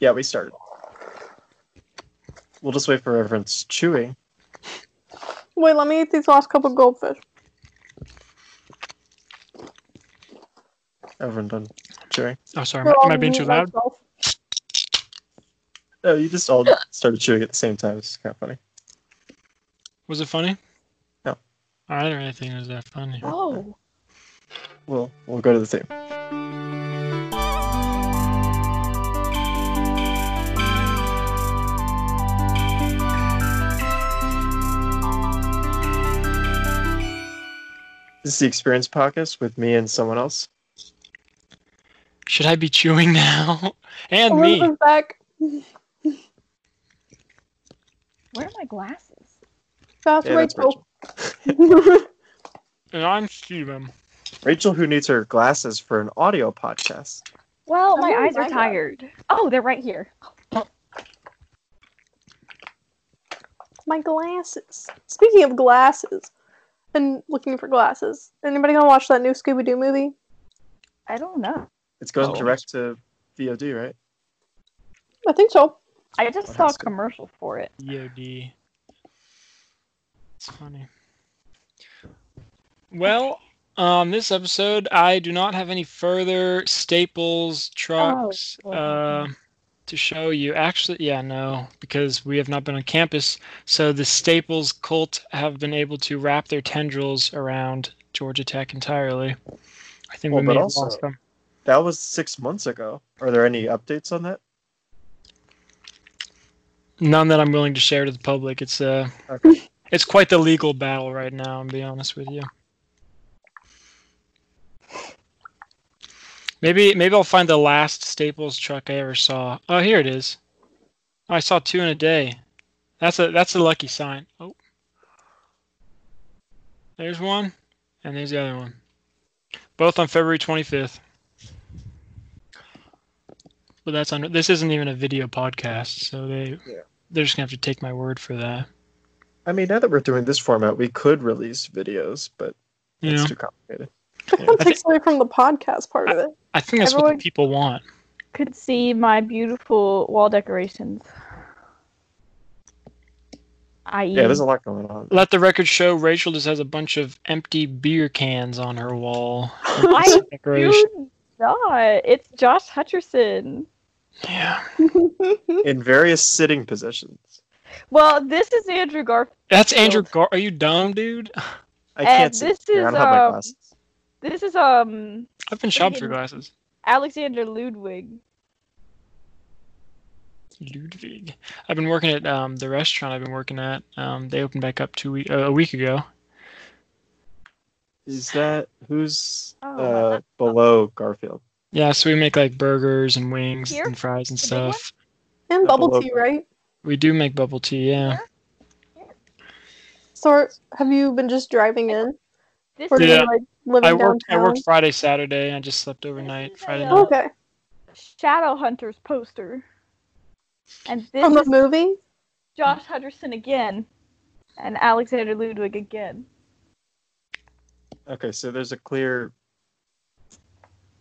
Yeah, we started. We'll just wait for everyone's chewing. Wait, let me eat these last couple goldfish. Everyone done chewing. Oh, sorry. They're Am, all am I being me too and loud? myself. Oh, you just all started chewing at the same time. It's kind of funny. Was it funny? No. I don't really think it was that funny. Oh. We'll we'll go to the theme. This is the Experience Podcast with me and someone else. Should I be chewing now? and me. Elizabeth's back. Where are my glasses? That's Yeah, that's Rachel. And I'm Steven. Rachel, who needs her glasses for an audio podcast. Well, my Where are eyes my are glasses? tired. Oh, they're right here. My glasses. Speaking of glasses and looking for glasses, anybody gonna watch that new Scooby Doo movie? I don't know. It's going Oh. direct to VOD, right? I think so. I just What saw a is it? commercial for it. EOD. E It's funny. Well, um, this episode, I do not have any further staples trucks well. uh, to show you. Actually, yeah, no, because we have not been on campus. So the staples cult have been able to wrap their tendrils around Georgia Tech entirely. I think Well, we but may have also- lost them. That was six months ago. Are there any updates on that? None that I'm willing to share to the public. It's uh, Okay. it's quite the legal battle right now. I'm be honest with you. Maybe maybe I'll find the last Staples truck I ever saw. Oh, here it is. I saw two in a day. That's a that's a lucky sign. Oh, there's one, and there's the other one. Both on February 25th. But that's under. This isn't even a video podcast, so they Yeah. they're just gonna have to take my word for that. I mean, now that we're doing this format, we could release videos, but You know, it's too complicated. That takes away from the podcast part of it. I think that's what everyone- the people want. Could see my beautiful wall decorations. I Yeah, there's a lot going on. Let the record show Rachel just has a bunch of empty beer cans on her wall. I Decoration. do not. It's Josh Hutcherson. Yeah. In various sitting positions. Well, this is Andrew Garfield. That's Andrew Gar are you dumb, dude? I And can't see. this here, I is, don't have my um, glasses. This is um I've been shopping for Freaking- glasses. Alexander Ludwig. Ludwig. I've been working at um, the restaurant I've been working at. Um, they opened back up two we- uh, a week ago. Is that who's Oh, uh, below Garfield? Yeah, so we make like burgers and wings Here? and fries and The big one? stuff. And Double bubble tea, open. right? We do make bubble tea, yeah. So have you been just driving in? This Or is Yeah. been, like living I worked I downtown? worked Friday, Saturday, and I just slept overnight is Friday a- night. okay. Shadow Hunters poster. And this From the is movie? Josh Hutcherson again. And Alexander Ludwig again. Okay, so there's a clear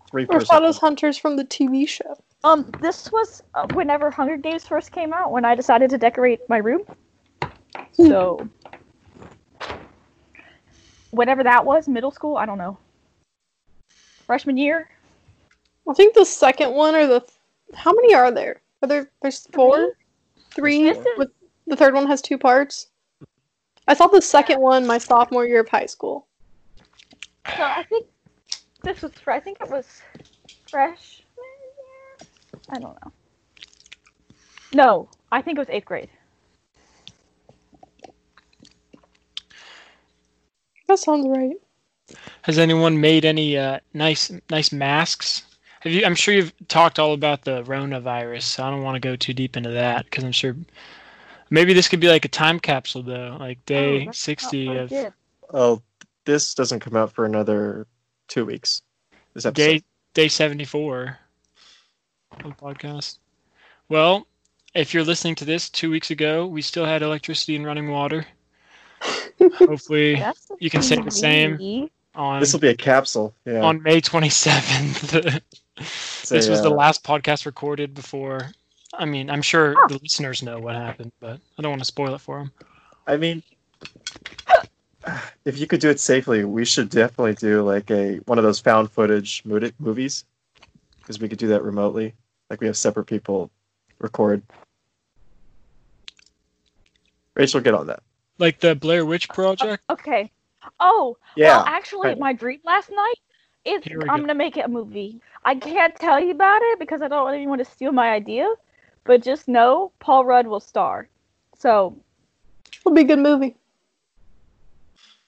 three Or person. Shadows Hunters from the TV show. Um, this was uh, whenever Hunger Games first came out when I decided to decorate my room. Hmm. So, whatever that was, middle school, I don't know. Freshman year, I think the second one or the how many are there? Are there there's four? Three There's four. with the third one has two parts. I saw the second one my sophomore year of high school. So I think this was. fre- I think it was freshman year. I don't know. No, I think it was eighth grade. That sounds right. Has anyone made any uh, nice nice masks? Have you? I'm sure you've talked all about the Rona virus. So I don't want to go too deep into that because I'm sure. Maybe this could be like a time capsule though, like day 60 Oh, I of did. Oh, this doesn't come out for another two weeks. This episode. day day 74 of the podcast. Well, if you're listening to this two weeks ago, we still had electricity and running water. Hopefully, That's you can say the same me. on This will be a capsule. Yeah. on May 27th. this was the uh, last podcast recorded before. I mean, I'm sure the listeners know what happened, but I don't want to spoil it for them. I mean, if you could do it safely, we should definitely do like a one of those found footage mood- movies because we could do that remotely. Like we have separate people record. Rachel, get on that. Like the Blair Witch Project. Okay. Oh, Yeah, well, actually, right. my dream last night is Here we I'm go. gonna make it a movie. I can't tell you about it because I don't want anyone to steal my idea, but just know Paul Rudd will star. So It'll be a good movie.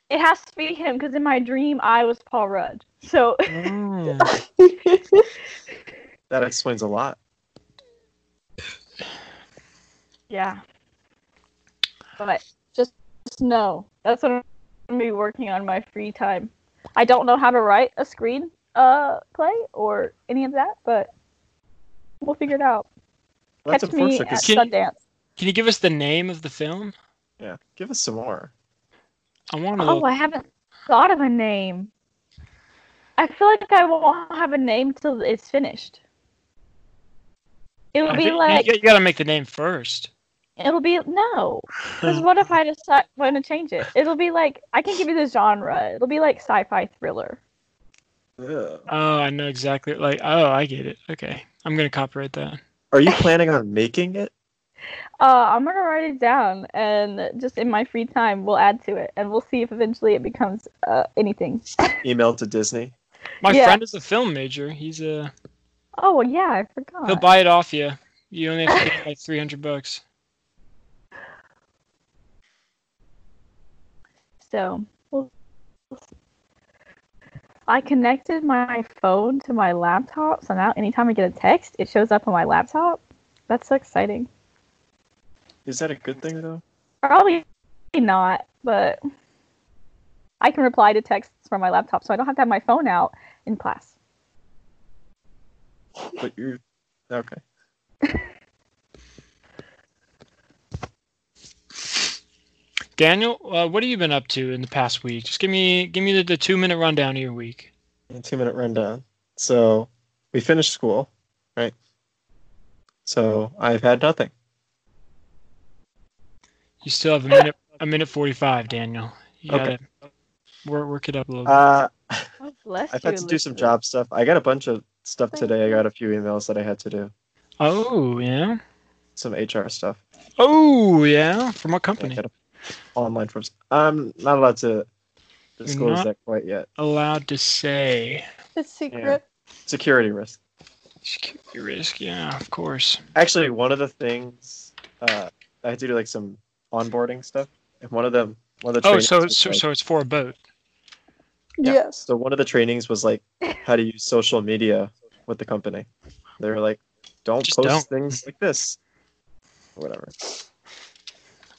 it has to be him because in my dream I was Paul Rudd. So Oh. that explains a lot. yeah. But just, just know that's what I'm gonna be working on in my free time. I don't know how to write a screen uh play or any of that, but we'll figure it out. Well, that's Catch me unfortunate. at 'cause- Can- Sundance. Can you give us the name of the film? yeah, give us some more. I want to. Oh, I haven't thought of a name. I feel like I won't have a name till it's finished. It'll I be think you- like you, got to make the name first. it'll be no. Because what if I decide want to change it? It'll be like I can give you the genre. It'll be like sci-fi thriller. Ugh. Oh, I know exactly. Like, oh, I get it. Okay, I'm gonna copyright that. Are you planning on making it? Uh, I'm gonna write it down and just in my free time we'll add to it and we'll see if eventually it becomes uh, anything. Email to Disney. My Yeah. friend is a film major. He's a. Oh well, yeah, I He'll forgot. buy it off you. You only have to pay like 300 bucks. So I connected my phone to my laptop, so now anytime I get a text, it shows up on my laptop. That's so exciting. Is that a good thing though? Probably not, but I can reply to texts from my laptop, so I don't have to have my phone out in class. But you're okay. Daniel, uh, what have you been up to in the past week? Just give me give me the, the two minute rundown of your week. a two minute rundown. So we finished school, right? So I've had nothing. You still have a minute a minute 45, Daniel. You Okay. gotta work, work it up a little. bit. Uh, Oh, bless I've had to do some job stuff. I got a bunch of stuff today. I got a few emails that I had to do, oh yeah. some HR stuff. Oh yeah. From what company? I got a- online forms. I'm not allowed to disclose not? that quite yet. Allowed to say. It's secret. Security risk. Security risk. Yeah, of course. Actually, one of the things uh, I had to do like some onboarding stuff, and one of them, one of the Oh, trainings so was, so, like- so it's for a boat. Yeah. Yes. So one of the trainings was like how to use social media with the company. They were like, don't Just post things like this, or whatever.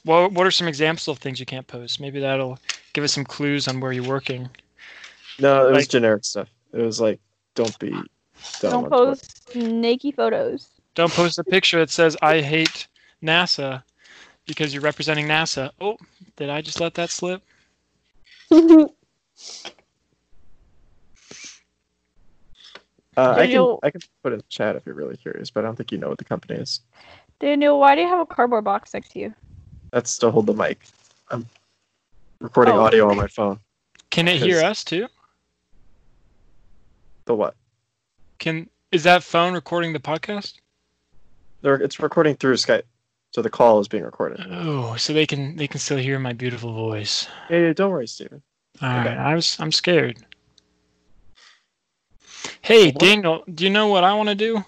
Well, what are some examples of things you can't post? Maybe that'll give us some clues on where you're working. No, it was Like- generic stuff. It was like, don't be. Dumb Don't on post naked photos. Don't post a picture that says "I hate NASA" because you're representing NASA. Oh, did I just let that slip? Twitter." Uh, I can Daniel- I can put it in the chat if you're really curious, but I don't think you know what the company is. Daniel, why do you have a cardboard box next to you? That's to hold the mic. I'm recording Oh. audio on my phone. Can it hear Because- us too? The what? Can is that phone recording the podcast? They're, it's recording through Skype, so the call is being recorded. Oh, so they can they can still hear my beautiful voice. Yeah, yeah, don't worry, Steven. All Okay. right, I was I'm scared. Hey What? Daniel, do you know what I want to do?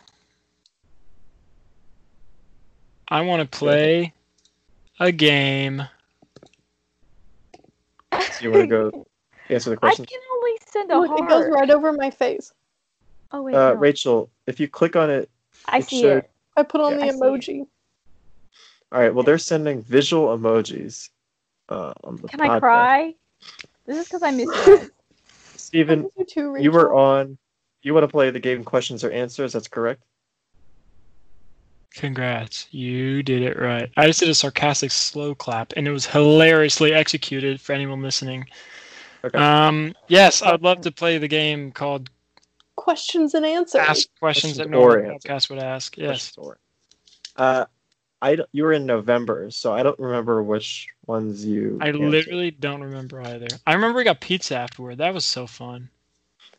I want to play a game. Do you want to go answer the question? I can only send a Look, heart. it goes right over my face. Oh wait, Uh, no. Rachel, if you click on it, I it see showed- it. I put on Yeah, I the see emoji. all right. Well, they're sending visual emojis. Uh, on the Can I podcast. cry? This is because I miss you. Steven, you, too, you were Rachel. on. You want to play the game questions or answers? That's correct. Congrats, you did it right. I just did a sarcastic slow clap, and it was hilariously executed for anyone listening. Okay. Um, yes, I'd love to play the game called questions and answers. Ask questions Questions that no or other answers. podcast would ask. Yes. Or- Uh, I don't- you were in November, so I don't remember which ones you. I answered. literally don't remember either. I remember we got pizza afterward. That was so fun.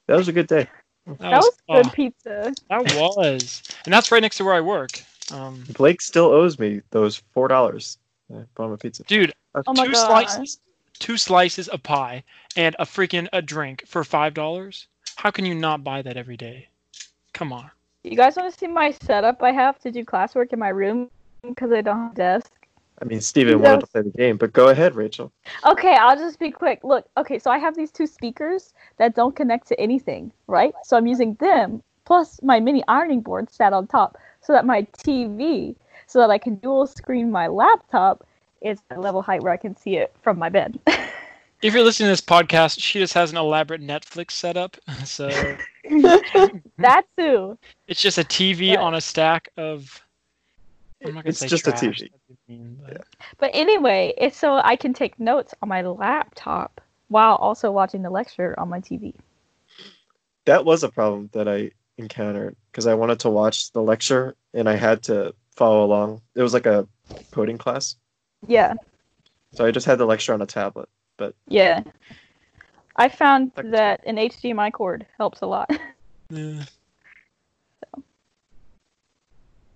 that was a good day. That, That was, oh, good pizza. that was, and that's right next to where I work. Um, Blake still owes me those four dollars. uh, I bought him a pizza. dude, Oh two my god. slices, two slices of pie, and a freaking a drink for five dollars. How can you not buy that every day? Come on. You guys want to see my setup I have to do classwork in my room because I don't have a desk? I mean, Steven wanted No. to play the game, but go ahead, Rachel. Okay, I'll just be quick. Look, okay, so I have these two speakers that don't connect to anything, right? So I'm using them plus my mini ironing board sat on top so that my TV, so that I can dual screen my laptop, is at a level height where I can see it from my bed. If you're listening to this podcast, she just has an elaborate Netflix setup. So that too. it's just a TV But- on a stack of. I'm not gonna It's say just a trash, TV. that'd be mean, but- But anyway, it's so I can take notes on my laptop while also watching the lecture on my TV. That was a problem that I encountered because I wanted to watch the lecture and I had to follow along. It was like a coding class, Yeah, so I just had the lecture on a tablet. yeah. I found Like- that an HDMI cord helps a lot. Yeah.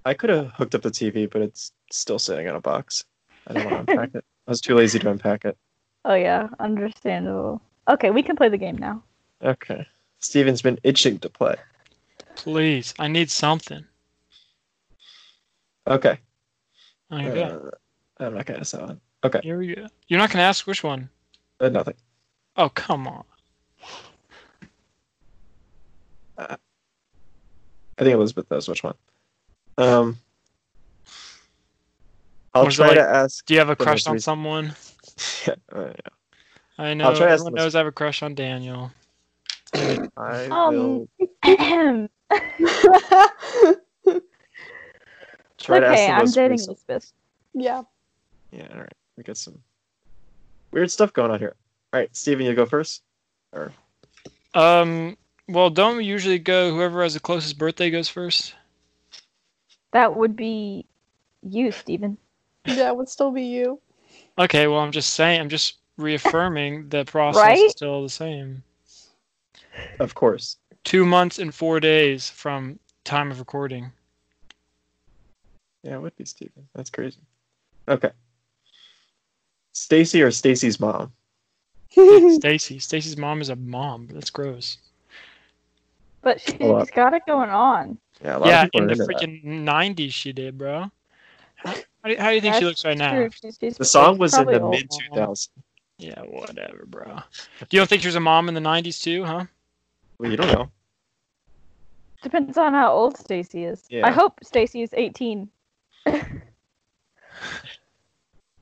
I could have hooked up the TV, but it's still sitting in a box. I didn't want to unpack it. I was too lazy to unpack it. Oh yeah, understandable. Okay, we can play the game now. Okay. Steven's been itching to play. Please, I need something. Okay. There you go. Uh, I'm not gonna sell it. Here we go. You're not gonna ask which one. Uh, nothing. Oh come on. I think Elizabeth knows which one. Um, I'll Was it try like- to ask. Do you have a The most crush on recent- someone? Uh, I know. try to ask Everyone the most- knows I have a crush on Daniel. I Um, will okay, try to ask the I'm most dating recent- Elizabeth. yeah. Yeah, all right. We got some weird stuff going on here. All right, Steven, you go first. Um. Well, don't we usually go whoever has the closest birthday goes first? That would be you, Stephen. Yeah, it would still be you. Okay. Well, I'm just saying. I'm just reaffirming the process Right? is still the same. Of course. Two months and four days from time of recording. Yeah, it would be Steven. That's crazy. Okay. Stacy or Stacy's mom? Stacy. Stacy's mom is a mom. That's gross. But she's Hold up. got it going on. Yeah, a lot Yeah, of people in are the into that. freaking '90s, she did, bro. How, how, do, how do you think she That's looks right now? True, she's- she's- The song she's was in probably the old. mid 2000s. Yeah, whatever, bro. You don't think she was a mom in the '90s too, huh? Well, you don't know. Depends on how old Stacy is. Yeah. I hope Stacy is 18.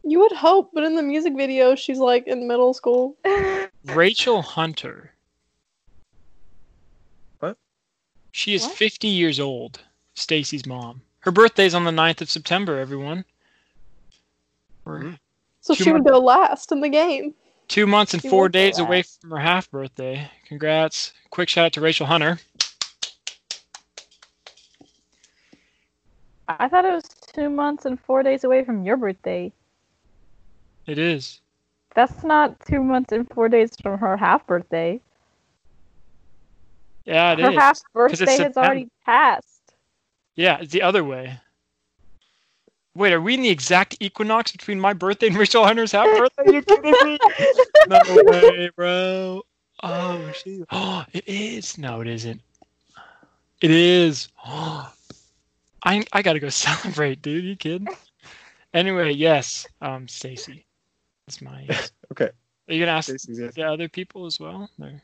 You would hope, but in the music video, she's like in middle school. Rachel Hunter. What? She is What? 50 years old. Stacy's mom. Her birthday's on the 9th of September, everyone. We're Mhm. So She she would go last in the game. two months and She four was days the away from her half birthday. Congrats. Quick shout out to Rachel Hunter. I thought it was two months and four days away from your birthday. It is. That's not two months and four days from her half birthday. Yeah, it her is. half 'Cause it's birthday has September. already passed. Yeah, it's the other way. Wait, are we in the exact equinox between my birthday and Rachel Hunter's half birthday? Are you kidding me? no way, bro. Oh, she. Oh, it is. No, it isn't. It is. Oh, I I gotta go celebrate, dude. You kidding? Anyway, yes. Um, Stacy, that's my. yes. Okay. Are you gonna ask Stacy's answer. the other people as well? Or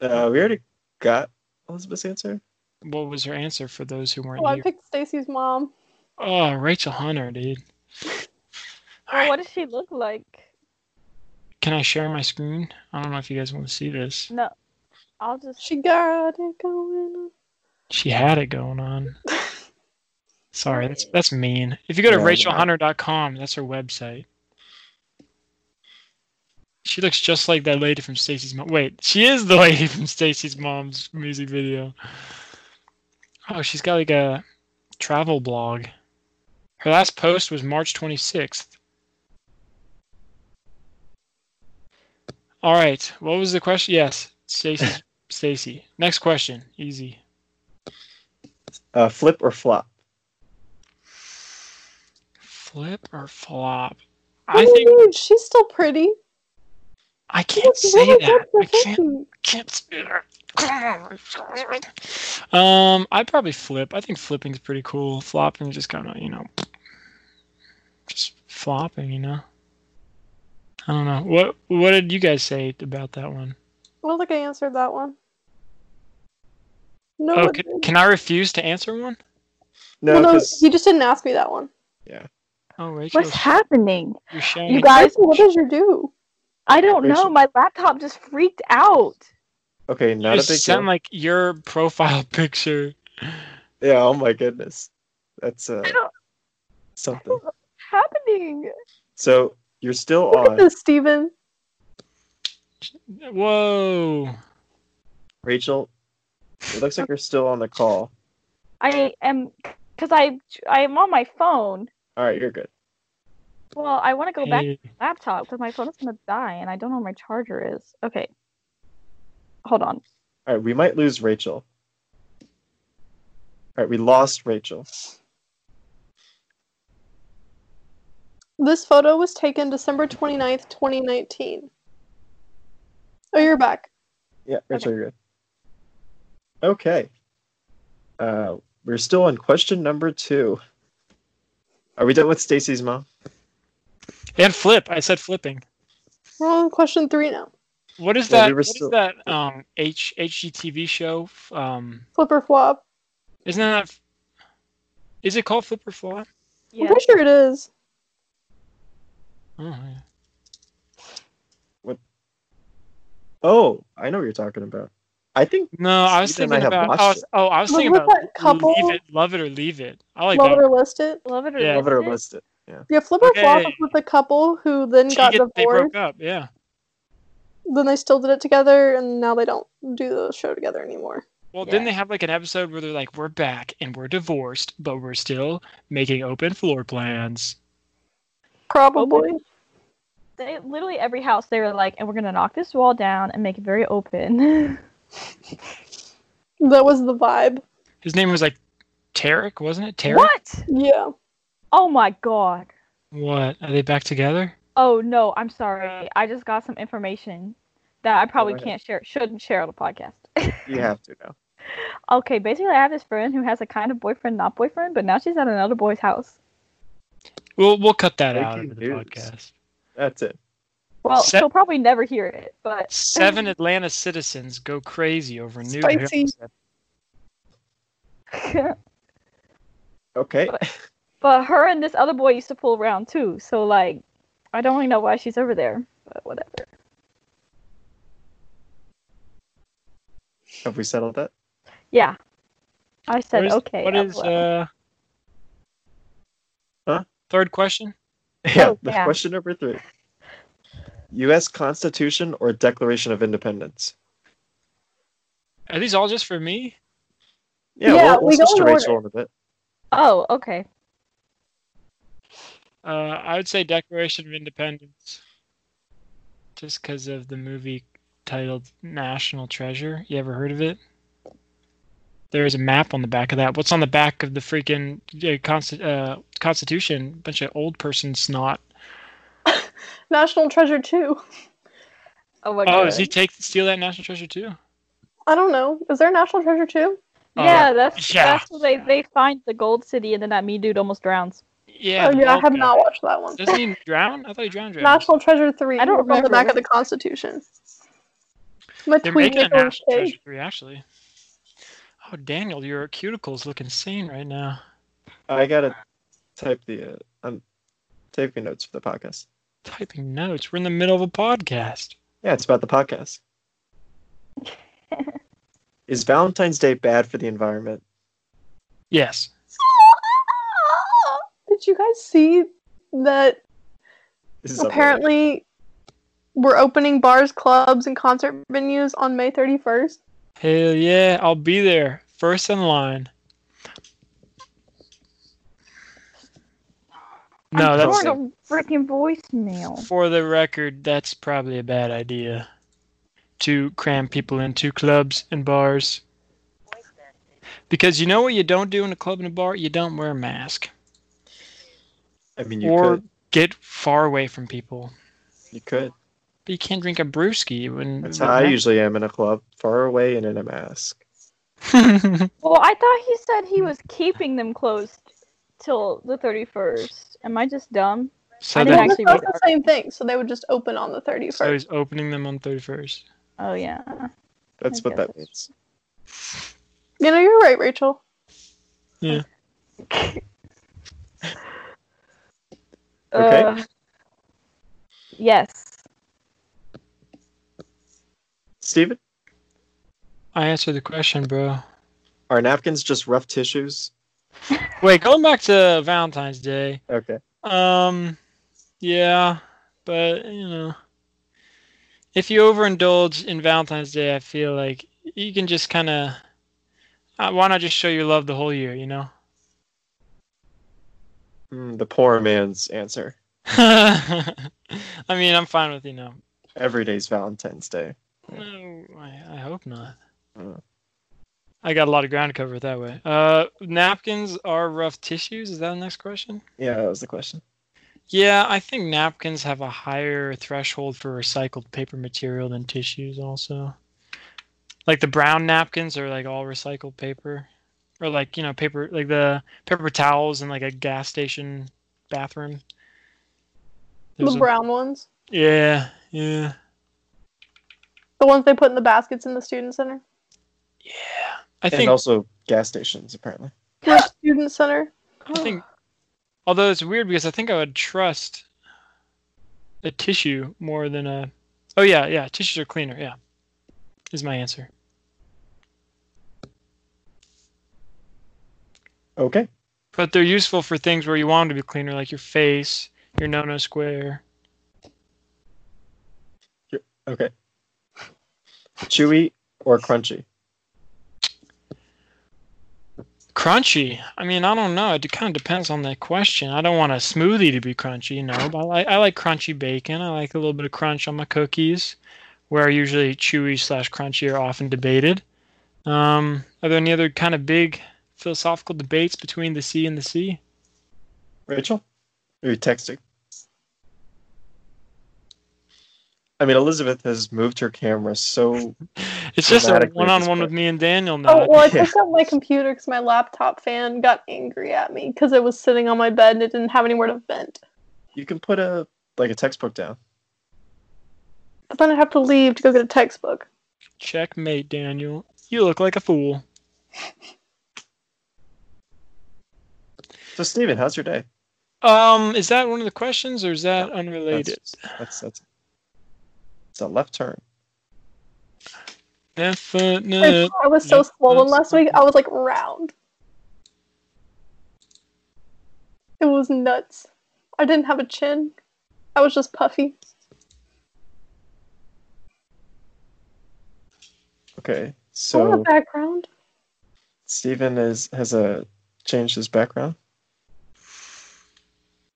Uh, we already got Elizabeth's answer. what was her answer for those who weren't Oh, I here? picked Stacy's mom. Oh, Rachel Hunter, dude. Well, what does she look like? Can I share my screen? I don't know if you guys want to see this. No. I'll just She got it going. on. She had it going on. Sorry, that's that's mean. If you go to Yeah, I know. rachelhunter.com, that's her website. She looks just like that lady from Stacy's mom. Wait, she is the lady from Stacy's mom's music video. Oh, she's got like a travel blog. Her last post was March 26th. All right. What was the question? Yes, Stacy. Stacy. Next question. Easy. Uh, flip or flop? Flip or flop? What I do you think mean? she's still pretty. I She can't looks say really that. good I for can't. fifty. Can't say that. Um, I'd probably flip. I think flipping's pretty cool. Flopping just kind of, you know, just flopping, you know. I don't know. What What did you guys say about that one? I don't think I answered that one. No, Oh, it can, didn't. can I refuse to answer one? No, Well, no, 'cause- he just didn't ask me that one. Oh, Rachel, What's happening? you're showing. You guys, What does your do? I don't know. Rachel- My laptop just freaked out. okay, you not a just big sent deal. like your profile picture. Yeah, oh my goodness, that's uh, I don't- something. Happening. So you're still Look at on this, Steven. Whoa. Rachel. It looks like you're still on the call. I am because I I am on my phone. All right, you're good. Well, I want to go back Hey. to my laptop because my phone is gonna die, and I don't know where my charger is. Okay, hold on. All right, we might lose Rachel. All right, we lost Rachel. This photo was taken December 29th, 2019. Oh, you're back. Yeah, Rachel, you're good. Okay. Uh, we're still on question number two. Are we done with Stacy's mom? And flip. I said flipping. We're on question three now. What is Well, that? we were what is still- that? Um, H HGTV show. F- Um, Flip or flop. isn't that? f- Is it called Flip or Flop? I'm Yeah, pretty sure it is. Oh, yeah. Oh, I know what you're talking about. I think No, I was Steve and I thinking have about. watched I was, oh, I was Wasn't thinking about that couple- Leave It, Love It or Leave It. I like um, Love that. it or list it. love it or Yeah, love it or list list it. Yeah, flip or flop Okay. is with a couple who then She got get- they broke divorced. up. Yeah. Then they still did it together, and now they don't do the show together anymore. Well, Yeah. then they have like an episode where they're like, "We're back and we're divorced, but we're still making open floor plans." Oh, Probably. it. They, literally every house they were like, and we're gonna knock this wall down and make it very open. That was the vibe. His name was like Tarek, wasn't it? Tarek. what? Yeah. Oh my god. What? Are they back together? Oh no, I'm sorry. I just got some information that I probably ahead. can't share. Shouldn't share on the podcast. You have to now. okay, basically, I have this friend who has a kind of boyfriend, not boyfriend, but now she's at another boy's house. We'll we'll cut that out Breaking of the news. podcast. That's it. Well, Se- she'll probably never hear it, but Seven Atlanta citizens go crazy over new Spicy. Okay. but her and this other boy used to fool around too. So like, I don't really know why she's over there, but whatever. Have we settled that? Yeah, I said What is- okay. What I'm is allowed. uh? Huh? Third question. Oh, Yeah. the yeah. Question number three. U.S. Constitution or Declaration of Independence? Are these all just for me? Yeah, Yeah, we'll, we'll we go switch to in order. Rachel in a bit. Oh, okay. Uh, I would say Declaration of Independence, just because of the movie titled National Treasure. You ever heard of it? There is a map on the back of that. What's on the back of the freaking uh, consti- uh, Constitution? Bunch of old person snot. National Treasure 2. Oh my Oh, god. does he take steal that National Treasure too? I don't know. Is there a National Treasure 2? Oh, yeah, that's yeah. that's where they they find the gold city, and then that me dude almost drowns. Yeah. oh, yeah, I have Malcolm. not watched that one. Doesn't he drown? I thought he drowned. drowned. National Treasure 3. I don't was on the remember back it. of the Constitution. My They're tweet making a is on national shade. treasure three, actually. Oh, Daniel, your cuticles look insane right now. I gotta type the. Uh, I'm taking notes for the podcast. Typing notes. We're in the middle of a podcast. Yeah, it's about the podcast. Is Valentine's Day bad for the environment? Yes. Did you guys see that This is apparently we're opening bars, clubs, and concert venues on May 31st. Hell yeah, I'll be there. First in line. No, I'm that's pouring a freaking voicemail. for the record, that's probably a bad idea. To cram people into clubs and bars. Because you know what you don't do in a club and a bar? You don't wear a mask. I mean, you or could. get far away from people. You could. But you can't drink a brewski when That's how I usually am in a club, far away and in a mask. Well, I thought he said he was keeping them closed till the 31st. Am I just dumb? so I Well, that didn't that's actually not read the same thing, so they would just open on the 31st. so he's opening them on thirty first. Oh yeah. That's what guess that means. you know, you're right, Rachel. Okay. Uh, yes. Steven, I answered the question, bro. are napkins just rough tissues? Wait, going back to Valentine's Day. Okay. Um, yeah, but you know, if you overindulge in Valentine's Day, I feel like you can just kind of. Uh, why not just show your love the whole year? You know. Mm, the poor man's answer. I mean, I'm fine with you know. Every day's Valentine's Day. No, I, I hope not. Mm. I got a lot of ground to cover that way. Uh, napkins are rough tissues. Is that the next question? Yeah, that was the question. Yeah, I think napkins have a higher threshold for recycled paper material than tissues also. Like the brown napkins are like all recycled paper. Or like, you know, paper like the paper towels in like a gas station bathroom. There's the a- brown ones. yeah, yeah. The ones they put in the baskets in the student center. I and think also gas stations, apparently. The student Uh, center. I think although it's weird because I think I would trust a tissue more than a Oh yeah, yeah, tissues are cleaner, yeah. Is my answer. Okay. But they're useful for things where you want them to be cleaner, like your face, your no no square. Okay. Chewy or crunchy? Crunchy. I mean, I don't know. It kind of depends on the question. I don't want a smoothie to be crunchy, you know, but I like, I like crunchy bacon. I like a little bit of crunch on my cookies, where usually chewy slash crunchy are often debated. Um, are there any other kind of big philosophical debates between the C and the C? Rachel? Are you texting? I mean, Elizabeth has moved her camera so. It's just a Dramatically one on one disparate. with me and Daniel now. Oh, well, I yeah. picked up my computer because my laptop fan got angry at me because it was sitting on my bed and it didn't have anywhere to vent. You can put a like a textbook down. But then I have to leave to go get a textbook. Checkmate, Daniel. You look like a fool. So, Steven, how's your day? Um, is that one of the questions, or is that unrelated? That's, that's that's. It's a left turn. Definite. I was so yep, swollen that's- last week. I was like round. It was nuts. I didn't have a chin. I was just puffy. Okay, So, so background. Steven is has a changed his background.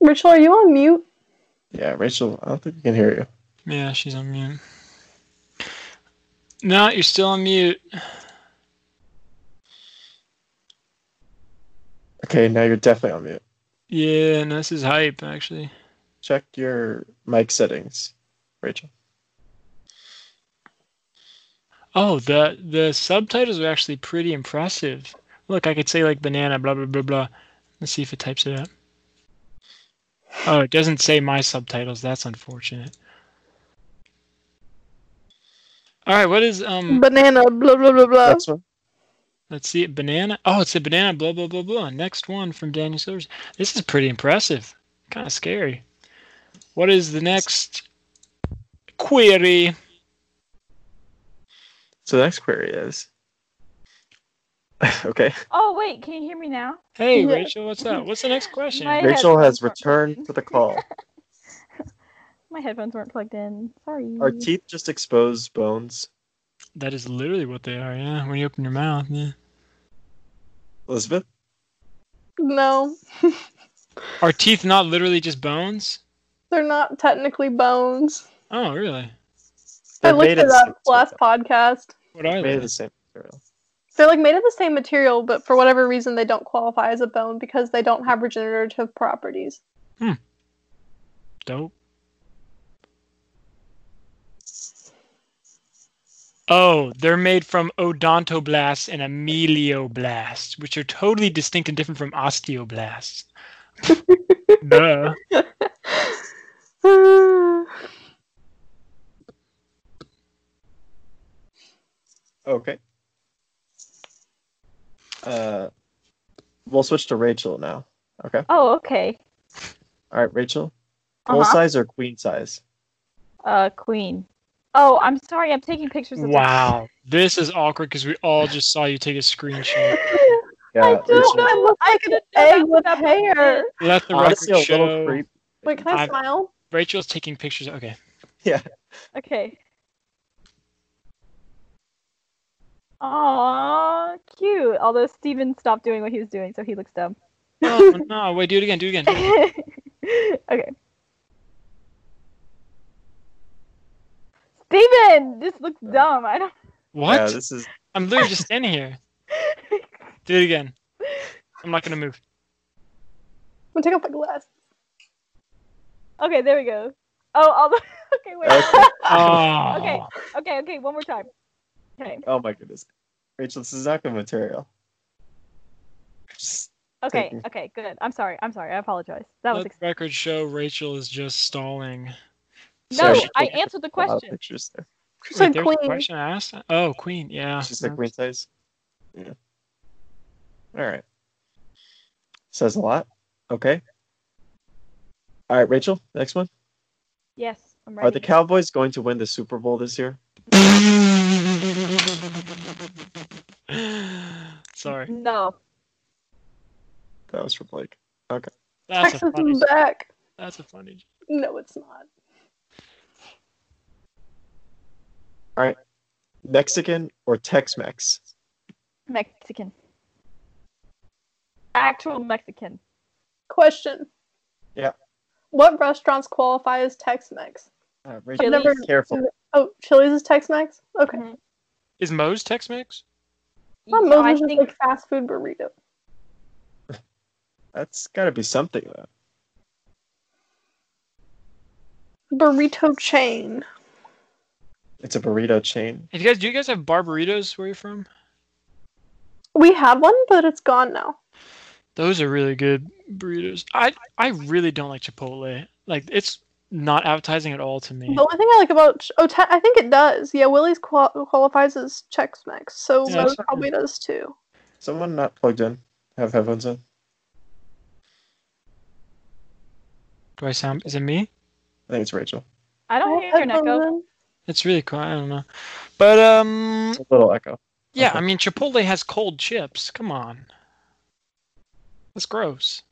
Rachel, are you on mute? Yeah, Rachel, I don't think we can hear you. Yeah, she's on mute. No, you're still on mute. Okay, now you're definitely on mute. Yeah, no, this is hype actually. Check your mic settings, Rachel. Oh, the the subtitles are actually pretty impressive. Look, I could say like banana, blah blah blah blah. Let's see if it types it out. Oh, it doesn't say my subtitles. That's unfortunate. All right, what is um? Banana, blah, blah, blah, blah. That's one. Let's see it. Banana. Oh, it's a banana. Blah blah blah blah. Next one from Daniel Silvers. This is pretty impressive. Kind of scary. What is the next query? So the next query is. okay, Oh wait, can you hear me now? Hey Yeah. Rachel, what's up? What's the next question? My- I had Rachel one has more returned question. to the call. My headphones weren't plugged in. Sorry. Are teeth just exposed bones? That is literally what they are. Yeah, when you open your mouth. Yeah. Elizabeth? No, Are teeth not literally just bones? they're not technically bones. Oh, really? I They're looked made of it the same up last podcast. What are material. Made they? of the same material. They're like made of the same material, but for whatever reason, they don't qualify as a bone because they don't have regenerative properties. Dope. Oh, they're made from odontoblasts and amelioblast, which are totally distinct and different from osteoblasts. Duh. Okay. Uh, we'll switch to Rachel now. Okay. Oh, okay. All right, Rachel. Full Uh-huh. size or queen size? Uh, queen. Oh, I'm sorry. I'm taking pictures of. Wow. This is awkward because we all just saw you take a screenshot. I Yeah, don't know. It looks I like could an do egg that with without hair. it. Let the Honestly, record a little show. creep. Wait, can I I've- smile? Rachel's taking pictures. Okay. Okay. Aw, cute. Although Steven stopped doing what he was doing, so he looks dumb. Oh, no. Wait, do it again. Do it again. do it again. okay. Steven, this looks dumb. I don't. What? Yeah, this is I'm literally just standing here. Do it again. I'm not going to move. I'm gonna take off my glass. Okay, there we go. Oh, although. Okay, wait. Okay. Oh. Okay. Okay, okay, one more time. Okay. oh my goodness, Rachel. This is not good material. Just- Okay, Thank okay, good. I'm sorry. I'm sorry. I apologize. That was Let ex- the record show Rachel is just stalling. No, sorry. I answered the A lot of question. pictures there. She Wait, said there's queen. a question I asked? Oh, Queen, yeah. She's like queen size. Yeah. All right. Says a lot. Okay. All right, Rachel. Next one. Yes, I'm Are the ready. Cowboys going to win the Super Bowl this year? Sorry. No. That was for Blake. That's a Texas funny is back. that's a funny No, it's not. Mexican or Tex-Mex? Mexican. Actual Mexican. Question. Yeah. What restaurants qualify as Tex-Mex? Uh, Rachel, I've never- be careful. Oh, Chili's is Tex-Mex. Okay. Mhm. Is Moe's Tex Mex? Not Yeah, I Moses is think like fast food burrito. That's got to be something. Though. Burrito chain. It's a burrito chain. If you guys do you guys have bar burritos where you're from? We had one, but it's gone now. Those are really good burritos. I I really don't like Chipotle. Like it's not appetizing at all to me. The only thing I like about Ch- oh, te- I think it does. Yeah, Willie's qual- qualifies as Chex-Mex, so Yeah, Moe's that's- probably does too. Someone not plugged in. Have headphones in. Do I sound is it me? I think it's Rachel. I "Oh, don't hear an echo. Headphones It's really cool. I don't know. But um It's a little echo. Yeah, Okay. I mean Chipotle has cold chips. Come on, that's gross.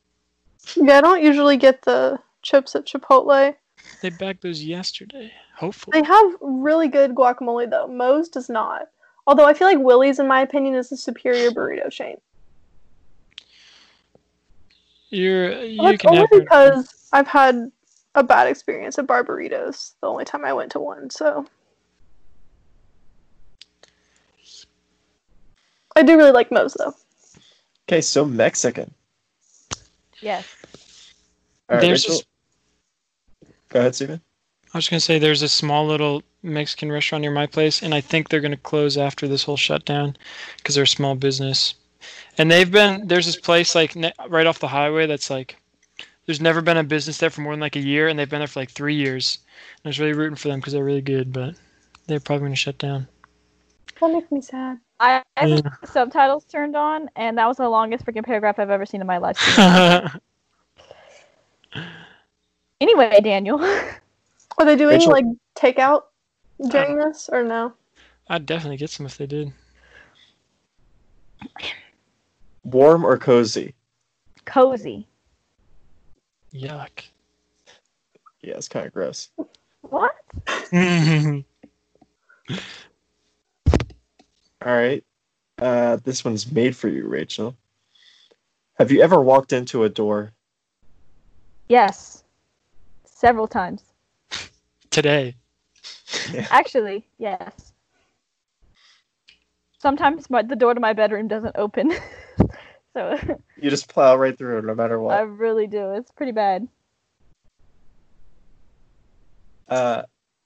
in. Yeah, I don't usually get the chips at Chipotle. They bagged those yesterday. Hopefully, They have really good guacamole though. Moe's does not. Although I feel like Willie's, in my opinion, is the superior burrito chain. you're you Well, it's can only have. your- because I've had a bad experience at Barbaritos the only time I went to one, so I do really like Moe's though. Okay, so Mexican. Yes. All right, There's Rachel. this- Go ahead, Steven. I was gonna say there's a small little Mexican restaurant near my place, and I think they're gonna close after this whole shutdown because they're a small business. And they've been there's this place like ne- right off the highway that's like there's never been a business there for more than like a year, and they've been there for like three years. And I was really rooting for them because they're really good, but they're probably gonna shut down. That makes me sad. I I have Yeah. the subtitles turned on, and that was the longest freaking paragraph I've ever seen in my life. anyway, Daniel. Are they doing Rachel- like takeout Uh-huh. during this or no? I'd definitely get some if they did. Warm or cozy? Cozy. Yuck. Yeah, it's kind of gross. What? All right. Uh, this one's made for you, Rachel. Have you ever walked into a door? Yes. Several times. Today. Actually, yes. Sometimes my, the door to my bedroom doesn't open. so You just plow right through it no matter I what. really do. It's pretty bad. Uh,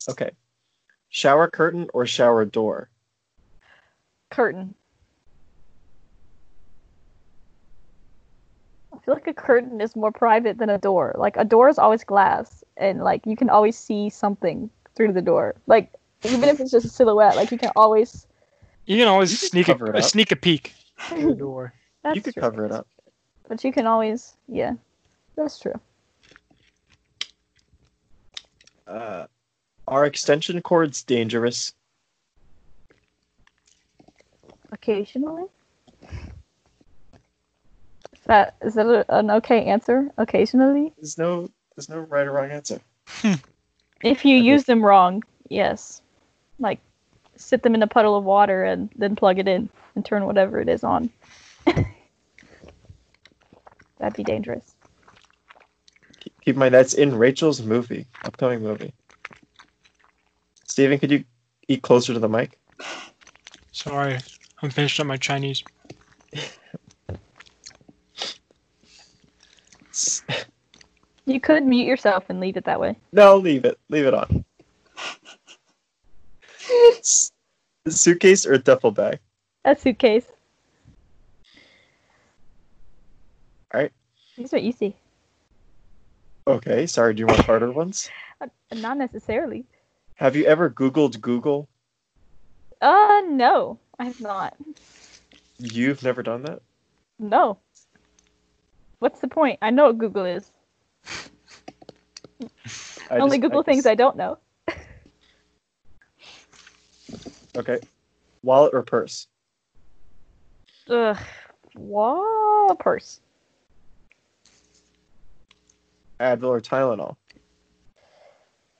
okay. Shower curtain or shower door? Curtain. I feel like a curtain is more private than a door. Like a door is always glass and like you can always see something through the door. Like even if it's just a silhouette, like you can always You can always You can sneak a, cover it a up. sneak a peek through the door. that's you could true. cover it up. But you can always yeah. That's true. Uh, are extension cords dangerous? Occasionally. Is that is that a, an okay answer? Occasionally, There's no, there's no right or wrong answer. if you Okay. use them wrong, yes. Like sit them in a puddle of water and then plug it in and turn whatever it is on. That'd be dangerous. Keep in mind that's in Rachel's movie, upcoming movie. Steven, could you eat closer to the mic? Sorry, I'm finished up my Chinese. S- You could mute yourself and leave it that way. No, leave it. Leave it on. S- Suitcase or duffel bag? A suitcase. Alright. These are easy. Okay, sorry. Do you want harder ones? Uh, Not necessarily. Have you ever Googled Google? Uh, no, I have not. You've never done that? No. What's the point? I know what Google is. I Only just- Google I things just- I don't know. Okay. Wallet or purse? Ugh. Whoa, purse. Advil or Tylenol?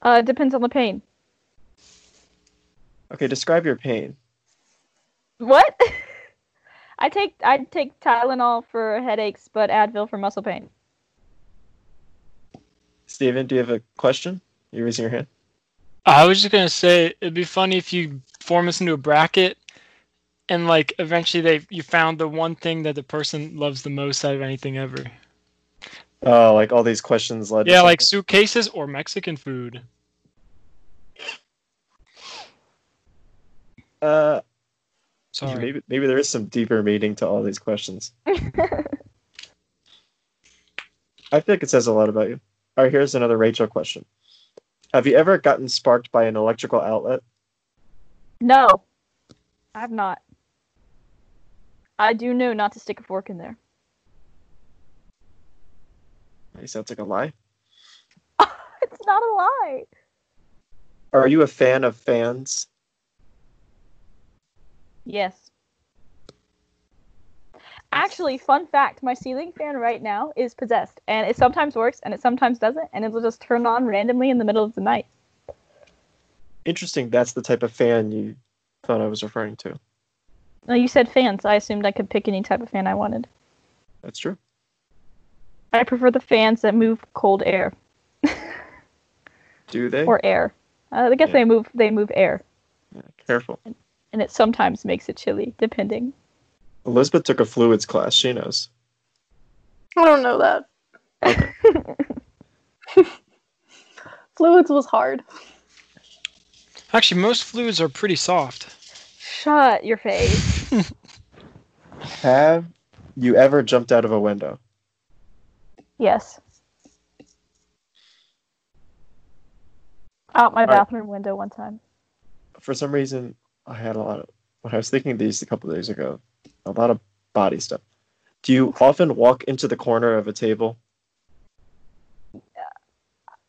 Uh, depends on the pain. Okay, describe your pain. What? I take I take Tylenol for headaches, but Advil for muscle pain. Steven, do you have a question? You're raising your hand. I was just gonna say it'd be funny if you form this into a bracket, and like eventually they you found the one thing that the person loves the most out of anything ever. Oh, like all these questions led. to Yeah, like something. suitcases or Mexican food. Uh, Sorry. maybe maybe there is some deeper meaning to all these questions. I feel like it says a lot about you. All right, here's another Rachel question. Have you ever gotten sparked by an electrical outlet? No, I have not. I do know not to stick a fork in there. That sounds like a lie. It's not a lie. Are you a fan of fans? Yes. Actually, fun fact my ceiling fan right now is possessed, and it sometimes works and it sometimes doesn't, and it'll just turn on randomly in the middle of the night. Interesting. That's the type of fan you thought I was referring to. Now, you said fans. I assumed I could pick any type of fan I wanted. That's true. I prefer the fans that move cold air Do they? or air. Uh, I guess Yeah. they move they move air, Yeah, careful. and it sometimes makes it chilly, depending. Elizabeth took a fluids class. She knows. I don't know that. Fluids was hard. Actually, most fluids are pretty soft. Shut your face. Have you ever jumped out of a window? Yes. Out my right. bathroom window one time. For some reason, I had a lot of. When I was thinking of these a couple days ago, a lot of body stuff. Do you often walk into the corner of a table?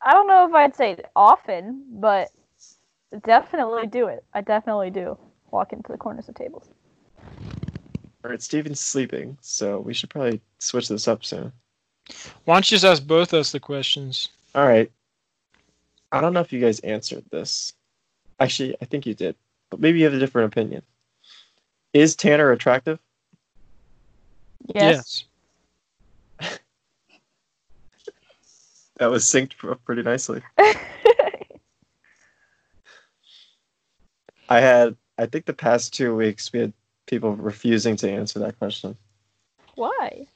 I don't know if I'd say it often, but definitely do it. I definitely do walk into the corners of tables. All right, Steven's sleeping, so we should probably switch this up soon. Why don't you just ask both of us the questions? All right. I don't know if you guys answered this. Actually, I think you did, but maybe you have a different opinion. Is Tanner attractive? Yes. That was synced up pretty nicely. I had, I think, the past two weeks we had people refusing to answer that question. Why?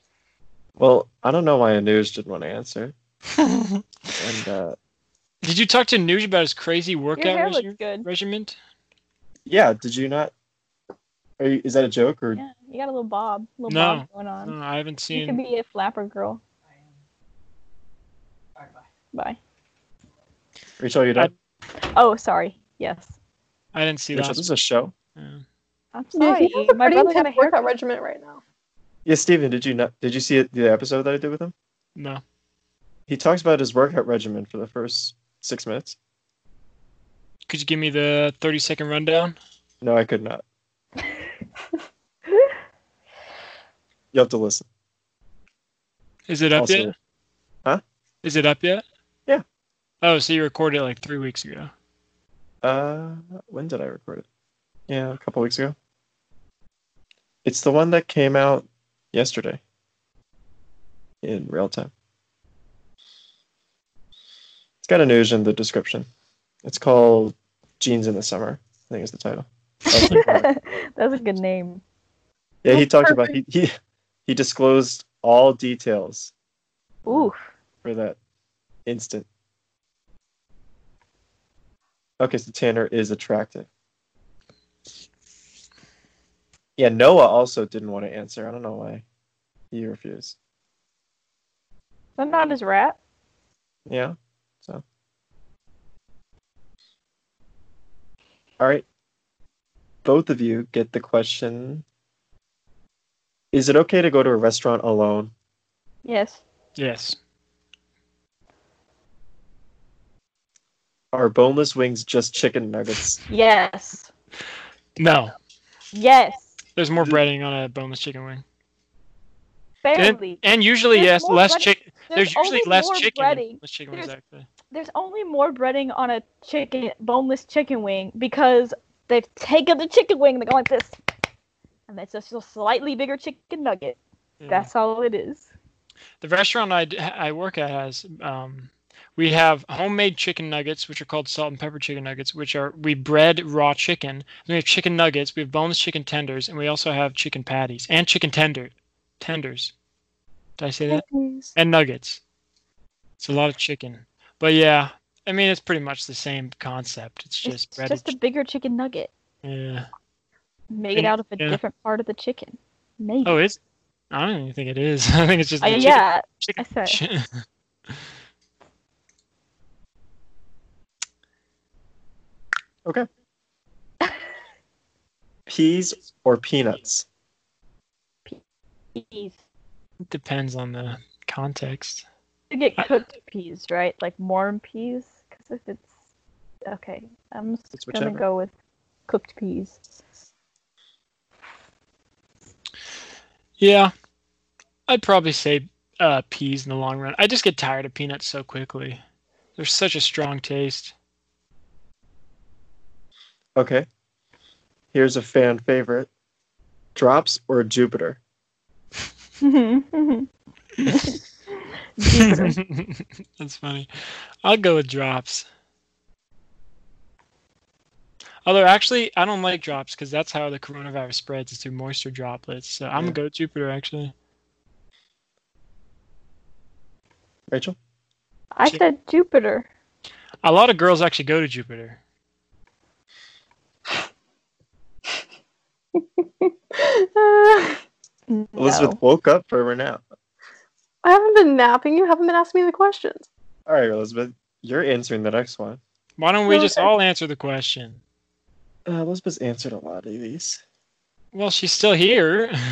Well, I don't know why Anuj didn't want to answer, Yes. and uh, Did you talk to Nuge about his crazy workout Your hair regi- looks good. regiment? yeah, did you not? Are you, is that a joke or? Yeah, you got a little bob, little No. bob going on. No, I haven't You seen. could be a flapper girl. Bye. Rachel, you don't. Oh, sorry. Yes. I didn't see Rachel, that. this is a show. I'm Yeah, sorry. he has a My pretty brother got a intense haircut. workout regimen right now. Yeah, Steven, did you not? Did you see it, the episode that I did with him? No. He talks about his workout regimen for the first six minutes. Could you give me the 30 second rundown? No, I could not. you have to listen. Is it up Also- yet? Huh? Is it up yet? Yeah. Oh, so you recorded it like three weeks ago. Uh, when did I record it? Yeah, a couple weeks ago. It's the one that came out yesterday in real time. It's got a news in the description. It's called Jeans in the Summer, I think is the title. That's a good name. Yeah, he talked about he, he he disclosed all details Oof. for that instant. Okay, so Tanner is attractive. Yeah, Noah also didn't want to answer. I don't know why he refused. Is that not his rat? Yeah, so. All right. Both of you get the question Is it okay to go to a restaurant alone? Yes. Yes. Are boneless wings just chicken nuggets? Yes. No. Yes. There's more Th- breading on a boneless chicken wing. Barely. And usually, There's yes, more less breading- chicken. There's, usually only less more chicken. in breading. boneless chicken wings, There's- actually. There's only more breading on a chicken boneless chicken wing because they've taken the chicken wing and they go like this. And that's just a slightly bigger chicken nugget. Yeah. That's all it is. the restaurant I, d- I work at has um, we have homemade chicken nuggets which are called salt and pepper chicken nuggets which are we bread raw chicken and we have chicken nuggets we have boneless chicken tenders and we also have chicken patties and chicken tender tenders did i say that Please. and nuggets it's a lot of chicken but yeah i mean it's pretty much the same concept it's just it's bread just a bigger chicken nugget. yeah Make it Yeah. out of a different part of the chicken. Maybe. oh it's i don't even think it is i think it's just Uh, the chicken- yeah, chicken I said. Peas or peanuts? peas. depends on the context You get cooked peas, right? Like warm peas. Because if it's okay, I'm just It's gonna whichever. go with cooked peas. Yeah, I'd probably say uh, peas in the long run. I just get tired of peanuts so quickly. They're such a strong taste. Okay. Here's a fan favorite. Drops or Jupiter? Mhm. Jupiter. That's funny. I'll go with drops. Although, actually, I don't like drops because that's how the coronavirus spreads is through moisture droplets. So I'm Yeah. gonna go with Jupiter actually. Rachel? I Ju- said Jupiter. A lot of girls actually go to Jupiter. Uh, No. Elizabeth woke up from her nap. I haven't been napping. You haven't been asking me the questions. All right, Elizabeth, you're answering the next one. Why don't we Well, just I- all answer the question? Uh, Elizabeth's answered a lot of these. Well, she's still here.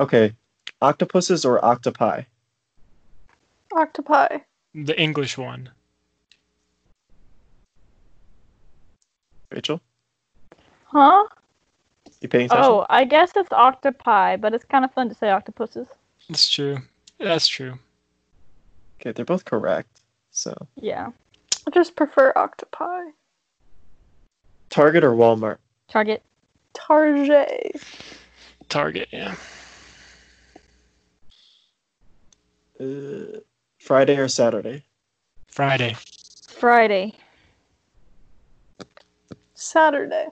Okay. Octopuses or octopi? Octopi. the English one. Rachel, Huh? you paying attention? Oh, I guess it's octopi, but it's kind of fun to say octopuses. That's true. That's true. Okay, they're both correct. So Yeah. I just prefer octopi. Target or Walmart? Target. Target. Target, yeah. Uh, Friday or Saturday? Friday. Friday. Saturday.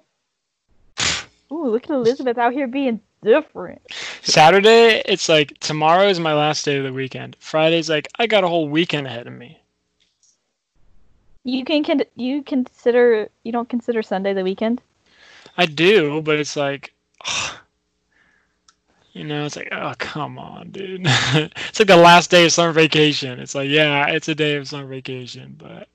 Ooh, look at Elizabeth out here being different. Saturday, it's like tomorrow is my last day of the weekend. Friday's like I got a whole weekend ahead of me. You can, can you consider you don't consider Sunday the weekend? I do, but it's like, ugh. you know, it's like, oh come on, dude. it's like the last day of summer vacation. It's like, yeah, it's a day of summer vacation, but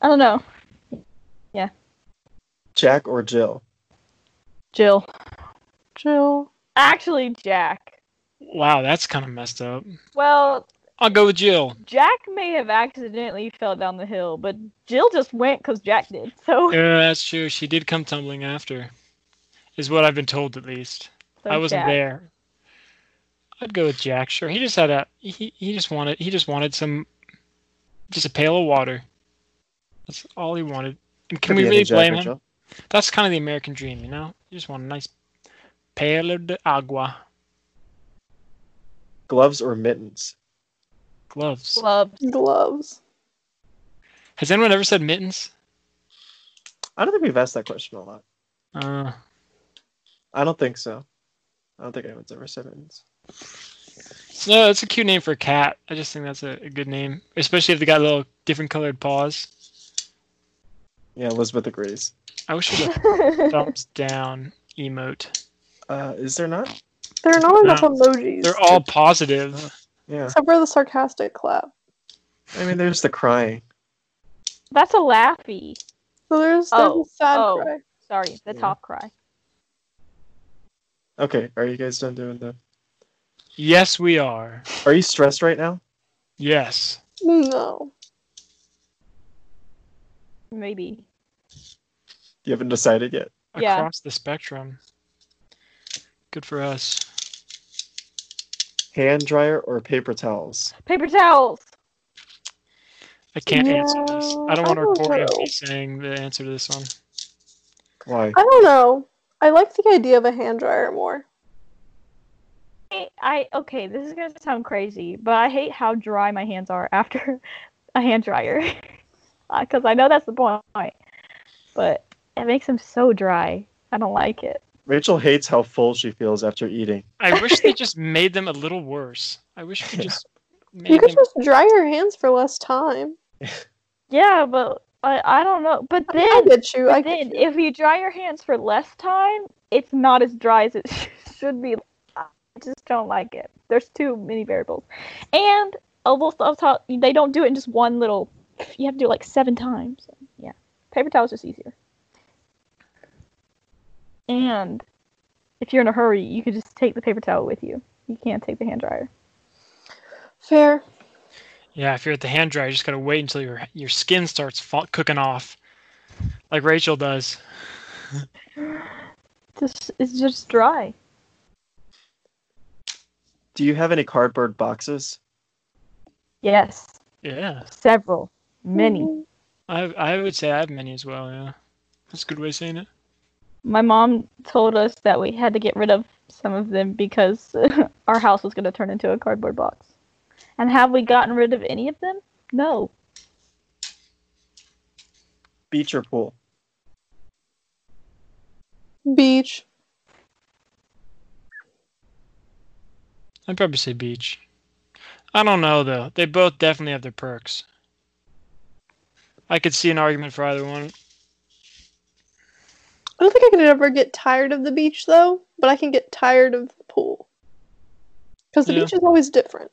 I don't know. Jack or Jill? Jill. Jill. Actually, Jack. wow, that's kind of messed up. Well, I'll go with Jill. Jack may have accidentally fell down the hill, but Jill just went because Jack did. So, Yeah, that's true. She did come tumbling after, is what I've been told at least. so I wasn't Jack. there. I'd go with Jack. Sure, he just had a he. He just wanted he just wanted some, just a pail of water. That's all he wanted. And can Could we be any really Jack blame or him? Jill. That's kind of the American dream, you know. You just want a nice pail of de agua, Gloves or mittens? gloves. Clubs. Gloves. Has anyone ever said mittens? I don't think we've asked that question a lot. Uh, I don't think so. I don't think anyone's ever said mittens. so no, that's a cute name for a cat. I just think that's a, a good name, especially if they got little different colored paws. Yeah, Elizabeth agrees. I wish it was a thumbs down emote. Uh, is there not? There are not enough No. emojis. They're all positive. Yeah. Except for the sarcastic clap. I mean, there's the crying. That's a laughy. So there's, there's Oh, a sad oh. cry. Sorry, the Yeah. top cry. Okay, are you guys done doing the? Yes, we are. Are you stressed right now? Yes. No. Maybe. You haven't decided yet. Yeah. Across the spectrum. Good for us. Hand dryer or paper towels? Paper towels. I can't answer this. I Yeah, don't want to I don't record of know. me saying the answer to this one. Why? I don't know. I like the idea of a hand dryer more. I- I okay, this is gonna sound crazy, but I hate how dry my hands are after a hand dryer, because I know that's the point. But it makes them so dry. I don't like it. Rachel hates how full she feels after eating. I wish they just made them a little worse. I wish Yeah. we just you made could them. just dry your hands for less time. Yeah, but I, I don't know. But I mean, I then, get you. I but get then you. if you dry your hands for less time, it's not as dry as it should be. I just don't like it. There's too many variables, and oval stuff. They don't do it in just one little. You have to do it like seven times. Yeah, paper towels just easier. And if you're in a hurry, you could just take the paper towel with you. You can't take the hand dryer. Fair. Yeah, if you're at the hand dryer, you just gotta wait until your your skin starts fa- cooking off, like Rachel does. Just it's just dry. Do you have any cardboard boxes? Yes, Yeah, several, many. I I would say I have many as well. Yeah, that's a good way of saying it. My mom told us that we had to get rid of some of them because our house was going to turn into a cardboard box. And have we gotten rid of any of them? No. Beach or pool? Beach. I'd probably say beach. I don't know though. They both definitely have their perks. I could see an argument for either one. I don't think I could ever get tired of the beach though, but I can get tired of the pool. Because the Yeah. beach is always different.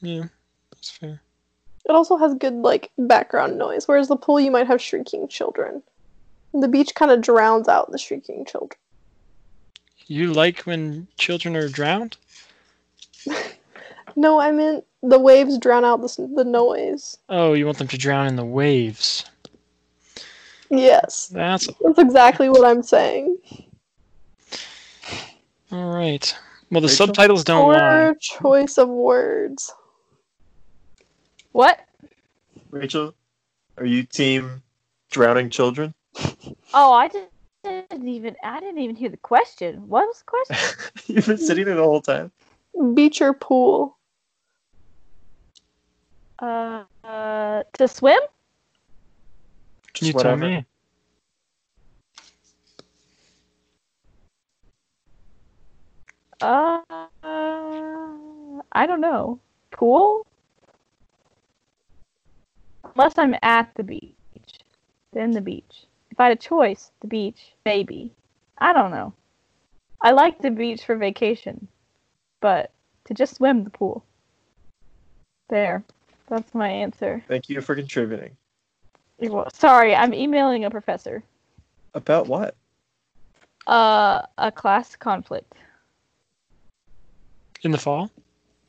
Yeah, that's fair. It also has good like background noise, whereas the pool you might have shrieking children. The beach kind of drowns out the shrieking children. You like when children are drowned? No, I meant the waves drown out the s- the noise. Oh, you want them to drown in the waves. Yes, That's that's exactly what I'm saying. all right. Well, the Rachel? subtitles don't lie. Poor choice of words. What? Rachel, are you team drowning children? Oh, I just didn't even I didn't even hear the question. What was the question? You've been sitting there the whole time. Beach or pool? Uh, uh to swim? Just Can you whatever. tell me? Uh, I don't know. Pool? Unless I'm at the beach. Then the beach. If I had a choice, the beach, maybe. I don't know. I like the beach for vacation, but to just swim the pool. There. That's my answer. Thank you for contributing. Well, Sorry, I'm emailing a professor. About what? Uh, a class conflict In the fall?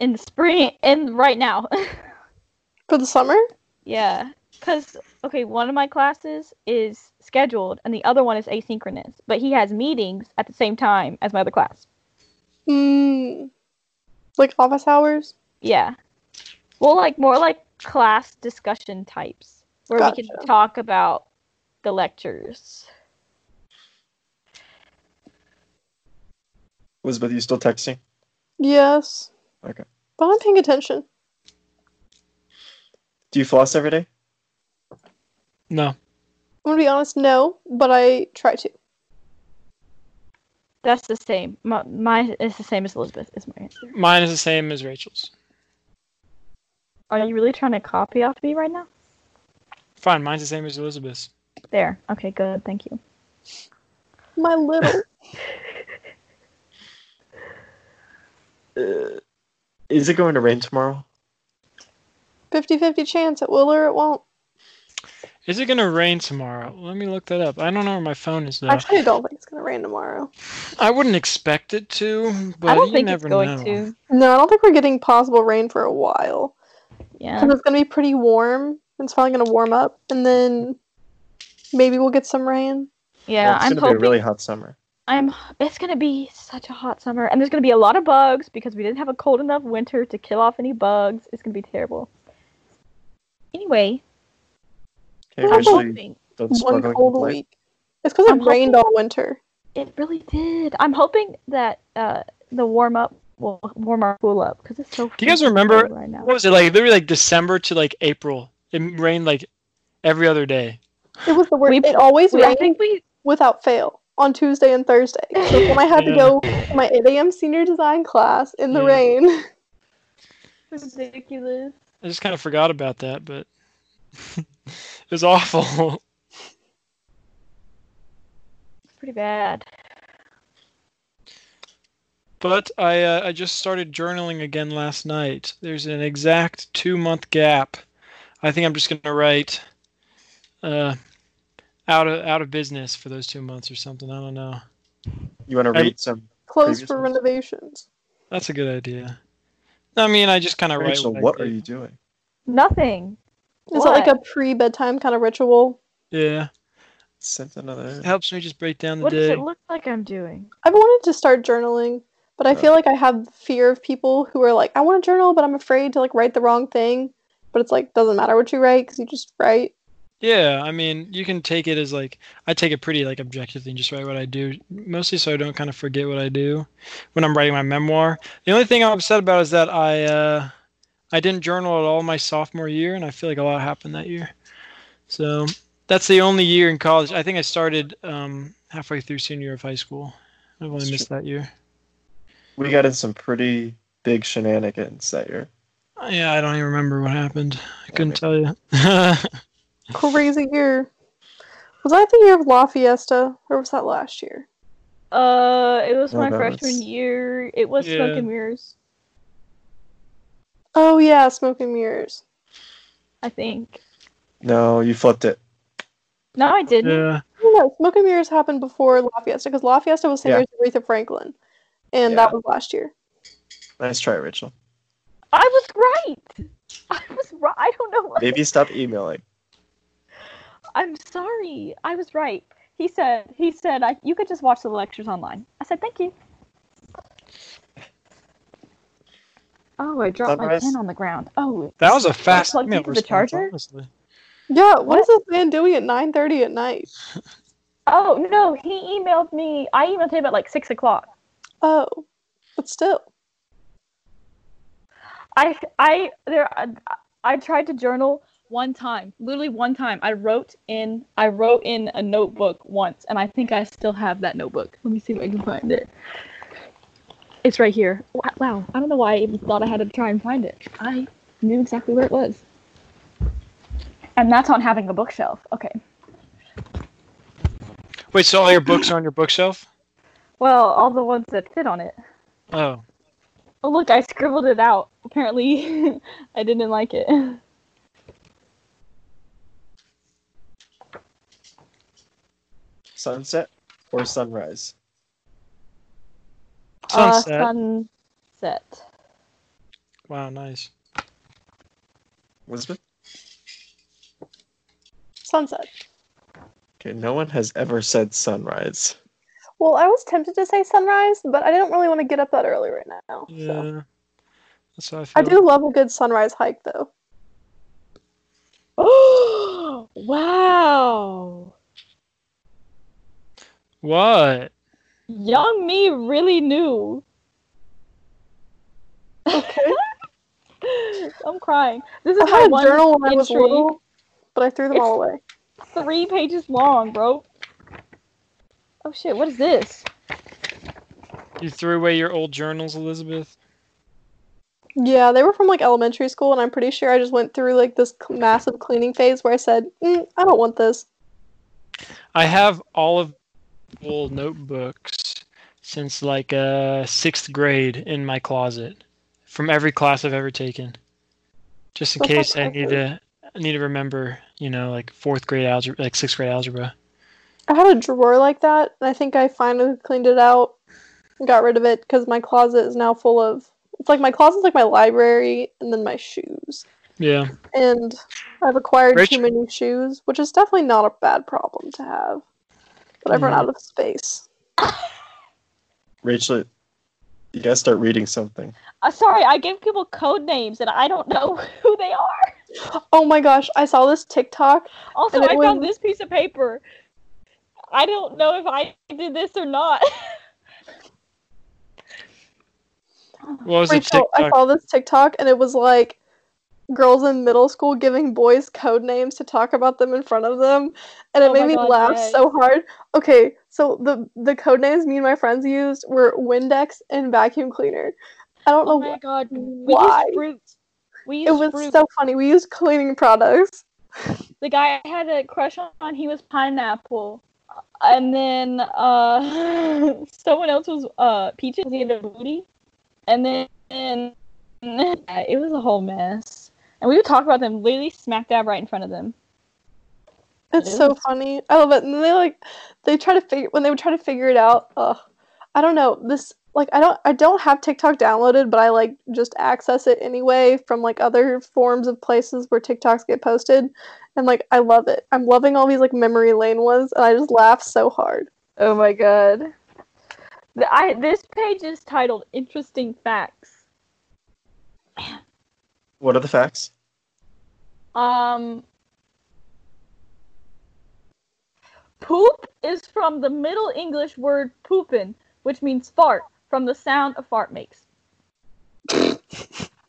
in the spring and right now. For the summer? Yeah, because okay, one of my classes is scheduled and the other one is asynchronous, but he has meetings at the same time as my other class. Mm. Like office hours? Yeah, well, like more like class discussion types where we Gotcha. can talk about the lectures. Elizabeth, you still texting? Yes. Okay. But I'm paying attention. Do you floss every day? No. I'm gonna be honest, no, but I try to. That's the same. My, my is the same as Elizabeth. Is my answer. Mine is the same as Rachel's. Are you really trying to copy off me right now? Fine, mine's the same as Elizabeth's. There. Okay. Good. Thank you. My little. Uh, is it going to rain tomorrow? 50 50 chance it will or it won't. Is it gonna rain tomorrow? Let me look that up. I don't know where my phone is though. Actually, I don't think it's gonna rain tomorrow. I wouldn't expect it to, but I don't you think it's never going know. to. No, I don't think we're getting possible rain for a while. Yeah. Because it's gonna be pretty warm. and It's finally gonna warm up, and then maybe we'll get some rain. Yeah. Well, it's I'm gonna be hoping. a really hot summer. I'm. It's gonna be such a hot summer, and there's gonna be a lot of bugs because we didn't have a cold enough winter to kill off any bugs. It's gonna be terrible. Anyway, Okay, I'm Rachel, hoping don't One struggling cold complain. week. It's because it I'm hoping- rained all winter. it really did. I'm hoping that uh, the warm up will warm our pool up because it's so. Do you guys freaking remember- cold right now? What was it like? Literally like December to like April. It rained like every other day. It was the worst. We- it always We, I rained think we. without fail on Tuesday and Thursday. So when I had to Yeah. go to my 8 a.m. senior design class in the Yeah. rain, Ridiculous. I just kind of forgot about that, but it was awful. It's pretty bad. But I uh, I just started journaling again last night. There's an exact two month gap. I think I'm just gonna write uh, out of out of business for those two months or something. I don't know. You want to Hey. read some? closed for Previous renovations. That's a good idea. I mean, I just kind of write. Rachel, I what are did. you doing? Nothing. Is it like What? a pre bedtime kind of ritual? Yeah, Sent another. it helps me just break down the What does day. it look like I'm doing? I've wanted to start journaling, but I Yeah. feel like I have the fear of people who are like, I want to journal, but I'm afraid to like write the wrong thing. But it's like doesn't matter what you write because you just write. Yeah, I mean, you can take it as like I take it pretty like objectively and just write what I do, mostly so I don't kind of forget what I do when I'm writing my memoir. The only thing I'm upset about is that I uh, I didn't journal at all my sophomore year, and I feel like a lot happened that year. So that's the only year in college. I think I started um, halfway through senior year of high school. I've only That's missed that year. We got in some pretty big shenanigans that year. Uh, Yeah, I don't even remember what happened. I couldn't me tell you. Crazy year. Was that the year of La Fiesta or was that last year? Uh, it was No, my that freshman was- year. It was Oh, Yeah. smoke and mirrors. Oh yeah, Smoke and Mirrors. I think. No, you flipped it. No, I didn't. yeah. No, Smoke and Mirrors happened before La Fiesta because La Fiesta was same Yeah. year as Aretha Franklin, and that was last year. Nice try, Rachel. I was right. I was right. I don't know. What... Maybe stop emailing. I'm sorry. I was right. He said. He said. I, you could just watch the lectures online. I said thank you. Oh, I dropped my Sunrise? pen on the ground. Oh, That was a fast plugged email into the response, charger? honestly. Yeah, what is this man doing at 9.30 at night? oh no, he emailed me. I emailed him at like six o'clock. Oh, but still. I I there I, I tried to journal one time, literally one time. I wrote in I wrote in a notebook once, and I think I still have that notebook. Let me see if I can find it. It's right here. Wa- Wow, I don't know why I even thought I had to try and find it. I knew exactly where it was. And that's on having a bookshelf. Okay. Wait, so all your books are on your bookshelf? Well, all the ones that fit on it. Oh, Oh look, I scribbled it out. Apparently, I didn't like it. Sunset or sunrise? sunset. Uh, sunset. wow, nice. Elizabeth? Sunset. Okay, no one has ever said sunrise. Well, I was tempted to say sunrise, but I didn't really want to get up that early right now. Yeah, So. that's how I feel. I do love a good sunrise hike, though. Oh wow! What? Young me really knew. I'm crying. This is I my had a one journal when I was entry. little, but I threw them all away. Three pages long, bro. Oh shit! What is this? You threw away your old journals, Elizabeth? Yeah, they were from like elementary school, and I'm pretty sure I just went through like this cl- massive cleaning phase where I said, mm, I don't want this. I have all of the old notebooks since like uh, sixth grade in my closet from every class I've ever taken, just in That's case I need awesome. to I need to remember, you know, like fourth grade algebra, like sixth grade algebra. I had a drawer like that, and I think I finally cleaned it out and got rid of it because my closet is now full of. It's like my closet's like my library, and then my shoes. Yeah, And I've acquired Rich- too many shoes, which is definitely not a bad problem to have. But I've run Yeah. out of space. Rachel, you gotta start reading something. Uh, sorry, I give people code names and I don't know who they are. Oh my gosh, I saw this TikTok. Also, And I it found was- this piece of paper. I don't know if I did this or not. what was it? Rachel, I TikTok? saw this TikTok and it was like girls in middle school giving boys code names to talk about them in front of them. And it Oh my made me God, laugh yes. so hard. Okay, so the the code names me and my friends used were Windex and vacuum cleaner. I don't Oh know my god, we why? used fruit. We it used was fruit. so funny. We used cleaning products. the guy I had a crush on, he was pineapple. And then uh someone else was uh peaches, he had a booty. And then and, it was a whole mess. And we would talk about them literally smack dab right in front of them. It's It so is. funny. I love it. And they like they try to figure when they would try to figure it out. Ugh, I don't know this. Like I don't I don't have TikTok downloaded, but I like just access it anyway from like other forms of places where TikToks get posted, and like I love it. I'm loving all these like memory lane ones, and I just laugh so hard. Oh my god. The, I this page is titled Interesting Facts. What are the facts? Um Poop is from the Middle English word poopin, which means fart, from the sound a fart makes.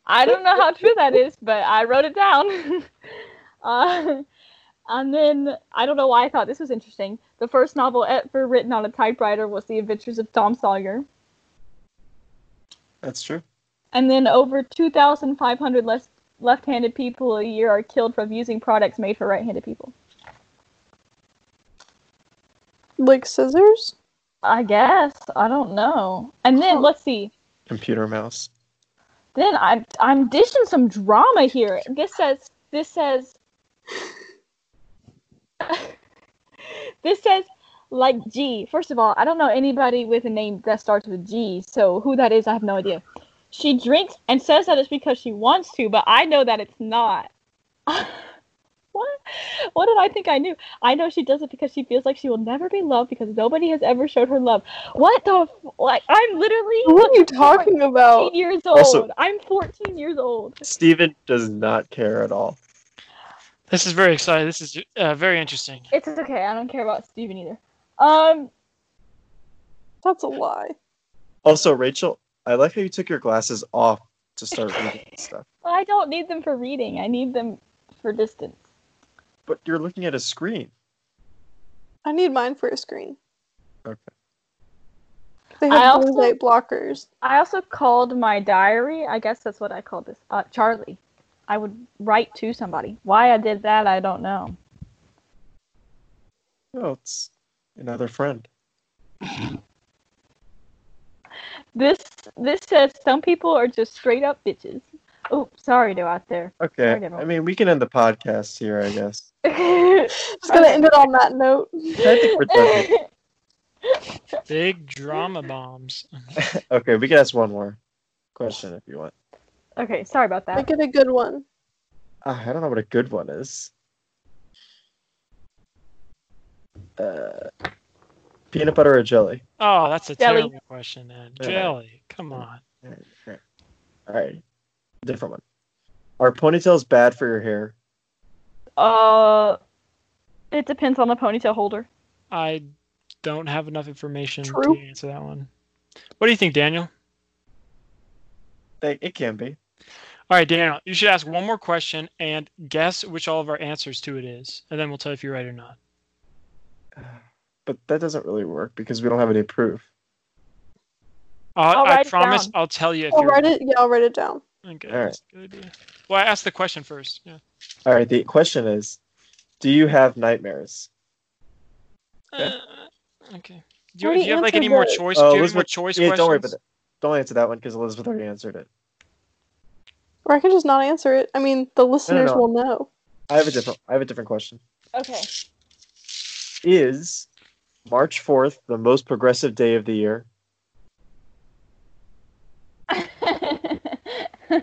I don't know how true that is, but I wrote it down. uh, and then I don't know why I thought this was interesting. The first novel ever written on a typewriter was The Adventures of Tom Sawyer. That's true. And then over 2,500 less left-handed people a year are killed from using products made for right-handed people. Like scissors. I guess I don't know. And then Huh. let's see. Computer mouse. Then I'm I'm dishing some drama here. This says this says this says like G. First of all, I don't know anybody with a name that starts with G, so who that is, I have no idea. She drinks and says that it's because she wants to, but I know that it's not. what? what did I think I knew? I know she does it because she feels like she will never be loved because nobody has ever showed her love. What the f- like? I'm literally What are you talking about? 14 years old. Also- I'm 14 years old. Steven does not care at all. This is very exciting. This is uh, very interesting. It's okay. I don't care about Steven either. Um, That's a lie. Also, Rachel, I like how you took your glasses off to start reading this stuff. I don't need them for reading. I need them for distance. But you're looking at a screen. I need mine for a screen. Okay. They I have also- blue light blockers. I also called my diary. I guess that's what I called this. Uh, Charlie. I would write to somebody. Why I did that, I don't know. Oh, it's another friend. This this says some people are just straight up bitches. Oh, sorry to out there. Okay. Sorry, I mean, we can end the podcast here, I guess. Just gonna end it on that note. I think we're done. Big drama bombs. Okay, we can ask one more question if you want. okay, sorry about that. Make it a good one. Ah, I don't know what a good one is. Uh, peanut butter or jelly? Oh, that's a Jelly. terrible question, man. Yeah. Jelly. Come on. All right, different one. Are ponytails bad for your hair? Uh, it depends on the ponytail holder. I don't have enough information True. to answer that one. What do you think, Daniel? They, it can be. All right, Daniel, you should ask one more question and guess which all of our answers to it is, and then we'll tell you if you're right or not. But that doesn't really work because we don't have any proof. I'll, I'll I write it promise down. I'll tell you if I'll you're write it. Yeah, I'll write it down. Okay, All right. that's a good idea. Well, I asked the question first. Yeah. All right, the question is Do you have nightmares? Okay. Uh, okay. Do you, How do do you you have like answer any more the- choice? Oh, do you have any more Elizabeth- choice yeah, questions? don't worry about that. Don't answer that one because Elizabeth already answered it. Or I can just not answer it. I mean, the listeners no. will know. I have a different. I have a different question. Okay. Is March fourth the most progressive day of the year?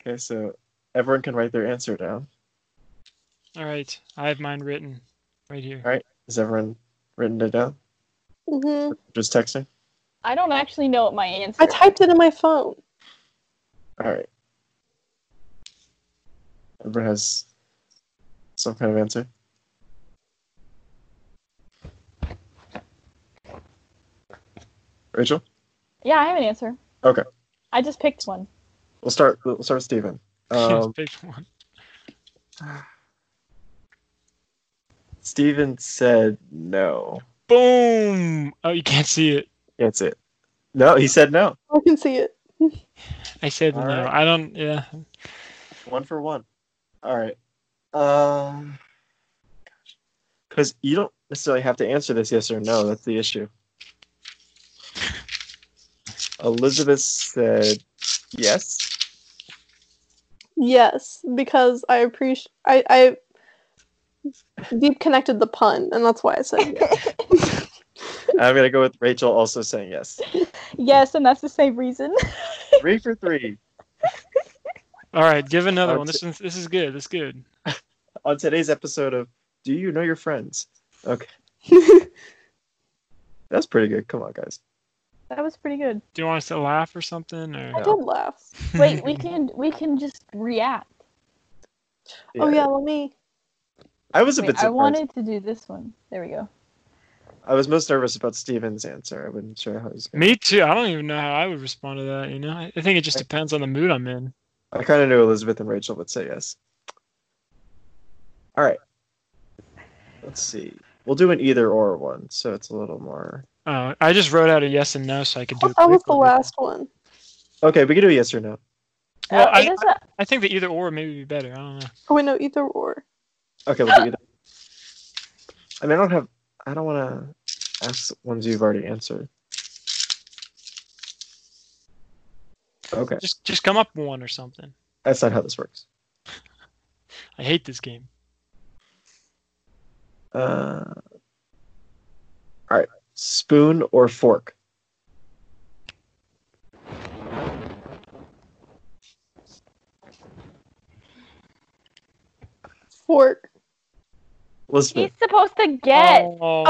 Okay, so everyone can write their answer down. All right, I have mine written right here. All right. Has everyone written it down? hmm Just texting. I don't actually know what my answer. I typed it in my phone. All right. Everyone has some kind of answer. Rachel, Yeah, I have an answer. Okay. I just picked one. we'll start. We'll start with Steven. Yes, Um, pick one. Steven said no. Boom! Oh, you can't see it. That's it. No, he said no. I can see it. I said All no. right. I don't. Yeah. One for one. All right. Um, because you don't necessarily have to answer this yes or no. That's the issue. Elizabeth said yes. Yes, because I appreciate. I, I deep connected the pun, and that's why I said yes. I'm gonna go with Rachel also saying yes. Yes, and that's the same reason. Three for three All right, give another I'll one. This one's, this is good. This is good. on today's episode of Do You Know Your Friends? Okay, that's pretty good. Come on, guys. that was pretty good. Do you want us to laugh or something? Or I did laugh. Wait, we can we can just react. Oh yeah, let me. I was a Wait, bit I surprised. wanted to do this one. There we go. I was most nervous about Steven's answer. I wasn't sure how he was. Gonna... Me too. I don't even know how I would respond to that. You know, I I think it just depends on the mood I'm in. I kind of knew Elizabeth and Rachel would say yes. All right. Let's see. We'll do an either or one, so it's a little more. Oh, I just wrote out a yes and no, so I could do. it Oh, That was the quickly. last one. Okay, we can do a yes or no. Well, Uh, I- it is a- I think the either or maybe be better. I don't know. Oh wait, no, either or. Okay, we'll do either. I mean, I don't have. I don't want to ask ones you've already answered. Okay, Just just come up one or something. that's not how this works. I hate this game. Uh, all right, spoon or fork? fork. Elizabeth. He's supposed to get. Oh,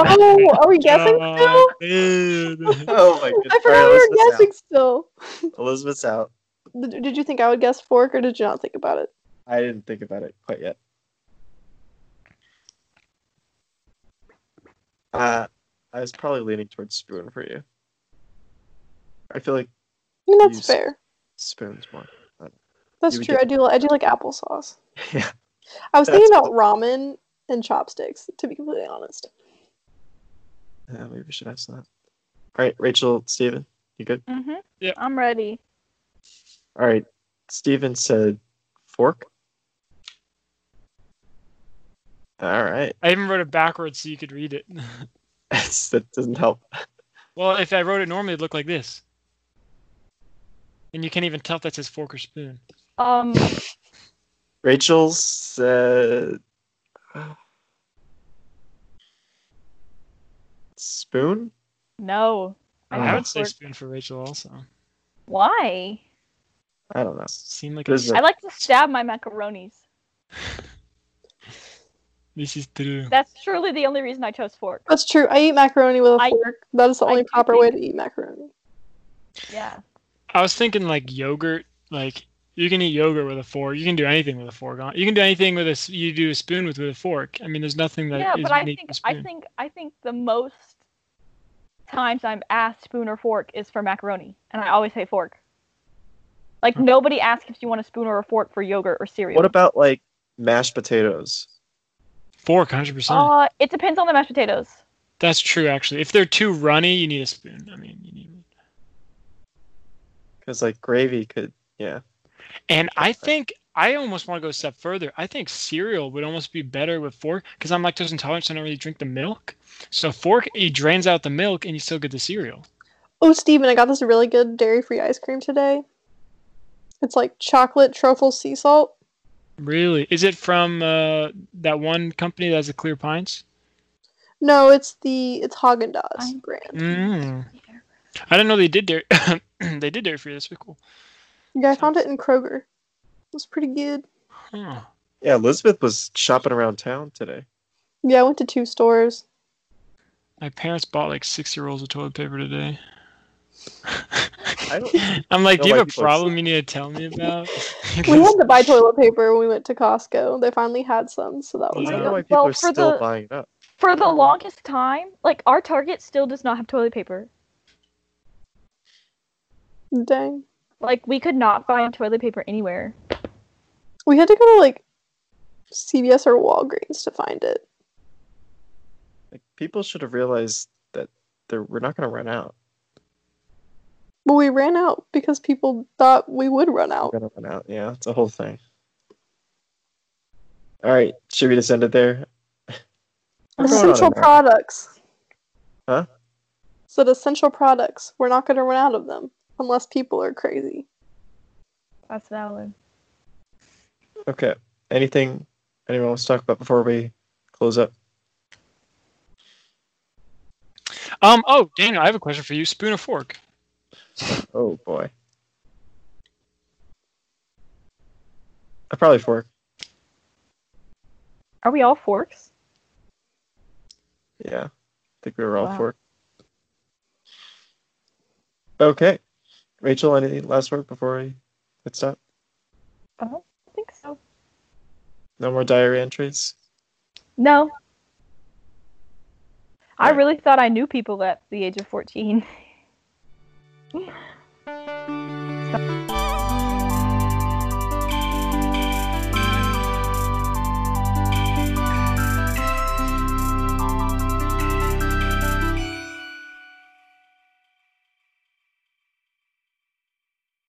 are we guessing God, still? dude. Oh my goodness. I forgot we were guessing still. Out. Elizabeth's out. Did did you think I would guess fork, or did you not think about it? I didn't think about it quite yet. Uh, I was probably leaning towards spoon for you. I feel like I mean, that's Yes. fair. spoon's more. That's You would true. get- I do. li- I do like applesauce. Yeah. I was That's thinking about ramen and chopsticks, to be completely honest. Yeah, maybe we should ask that. All right, Rachel, Steven, you good? hmm Yeah. I'm ready. All right, Steven said fork. All right, I even wrote it backwards so you could read it. That's, that doesn't help. well, if I wrote it normally, it'd look like this. And you can't even tell if that's his fork or spoon. Um, Rachel said spoon. no. I I know. would say fork. spoon for Rachel also. Why? I don't know. Seemed like There's a, a- I like to stab my macaronis. this is true. That's truly the only reason I chose fork. That's true. I eat macaroni with a I- fork. That is the I only do proper think- way to eat macaroni. Yeah. I was thinking like yogurt. Like you can eat yogurt with a fork. You can do anything with a fork. huh? You can do anything with a s- you do a spoon with with a fork. I mean, there's nothing that yeah, is but I unique think to a I spoon. think I think the most times I'm asked spoon or fork is for macaroni, and I always say fork. Like Huh. nobody asks if you want a spoon or a fork for yogurt or cereal. What about like mashed potatoes? fork, hundred percent. Uh, it depends on the mashed potatoes. That's true, actually. If they're too runny, you need a spoon. I mean, you need. Because like gravy could, yeah. And I think I almost want to go a step further. I think cereal would almost be better with fork because I'm lactose intolerant, so I don't really drink the milk. So fork, it drains out the milk, and you still get the cereal. Oh, Steven, I got this really good dairy-free ice cream today. It's like chocolate truffle sea salt. Really? Is it from uh, that one company that has the clear pines? No, it's the it's Haagen Dazs I- brand. Mm. I didn't know they did dairy. they did dairy free. That's pretty cool. Yeah, I found it in Kroger. It was pretty good. Huh. Yeah, Elizabeth was shopping around town today. Yeah, I went to two stores. My parents bought like sixty rolls of toilet paper today. I don't. I'm like, No do you have white a folks. problem you need to tell me about? We had to buy toilet paper when we went to Costco. They finally had some, so that I was don't Yeah. know good. why people Well, are for still the- buying it up. For the longest time, like our Target still does not have toilet paper. Dang. Like we could not find toilet paper anywhere. We had to go to like CVS or Walgreens to find it. Like people should have realized that they're, we're not going to run out. But we ran out because people thought we would run out. We're going to run out. Yeah, it's a whole thing. All right, should we just end it there? We're going on Essential an hour. products. Huh? Said essential products. We're not going to run out of them unless people are crazy. That's valid. Okay. Anything anyone wants to talk about before we close up? um. Oh, Daniel, I have a question for you. Spoon or fork? Oh boy. I Uh, probably fork. Are we all forks? Yeah. I think we were all Wow. fork. Okay. Rachel, any last word before we hit stop? I think so. No more diary entries? No. I Right. really thought I knew people at the age of 14.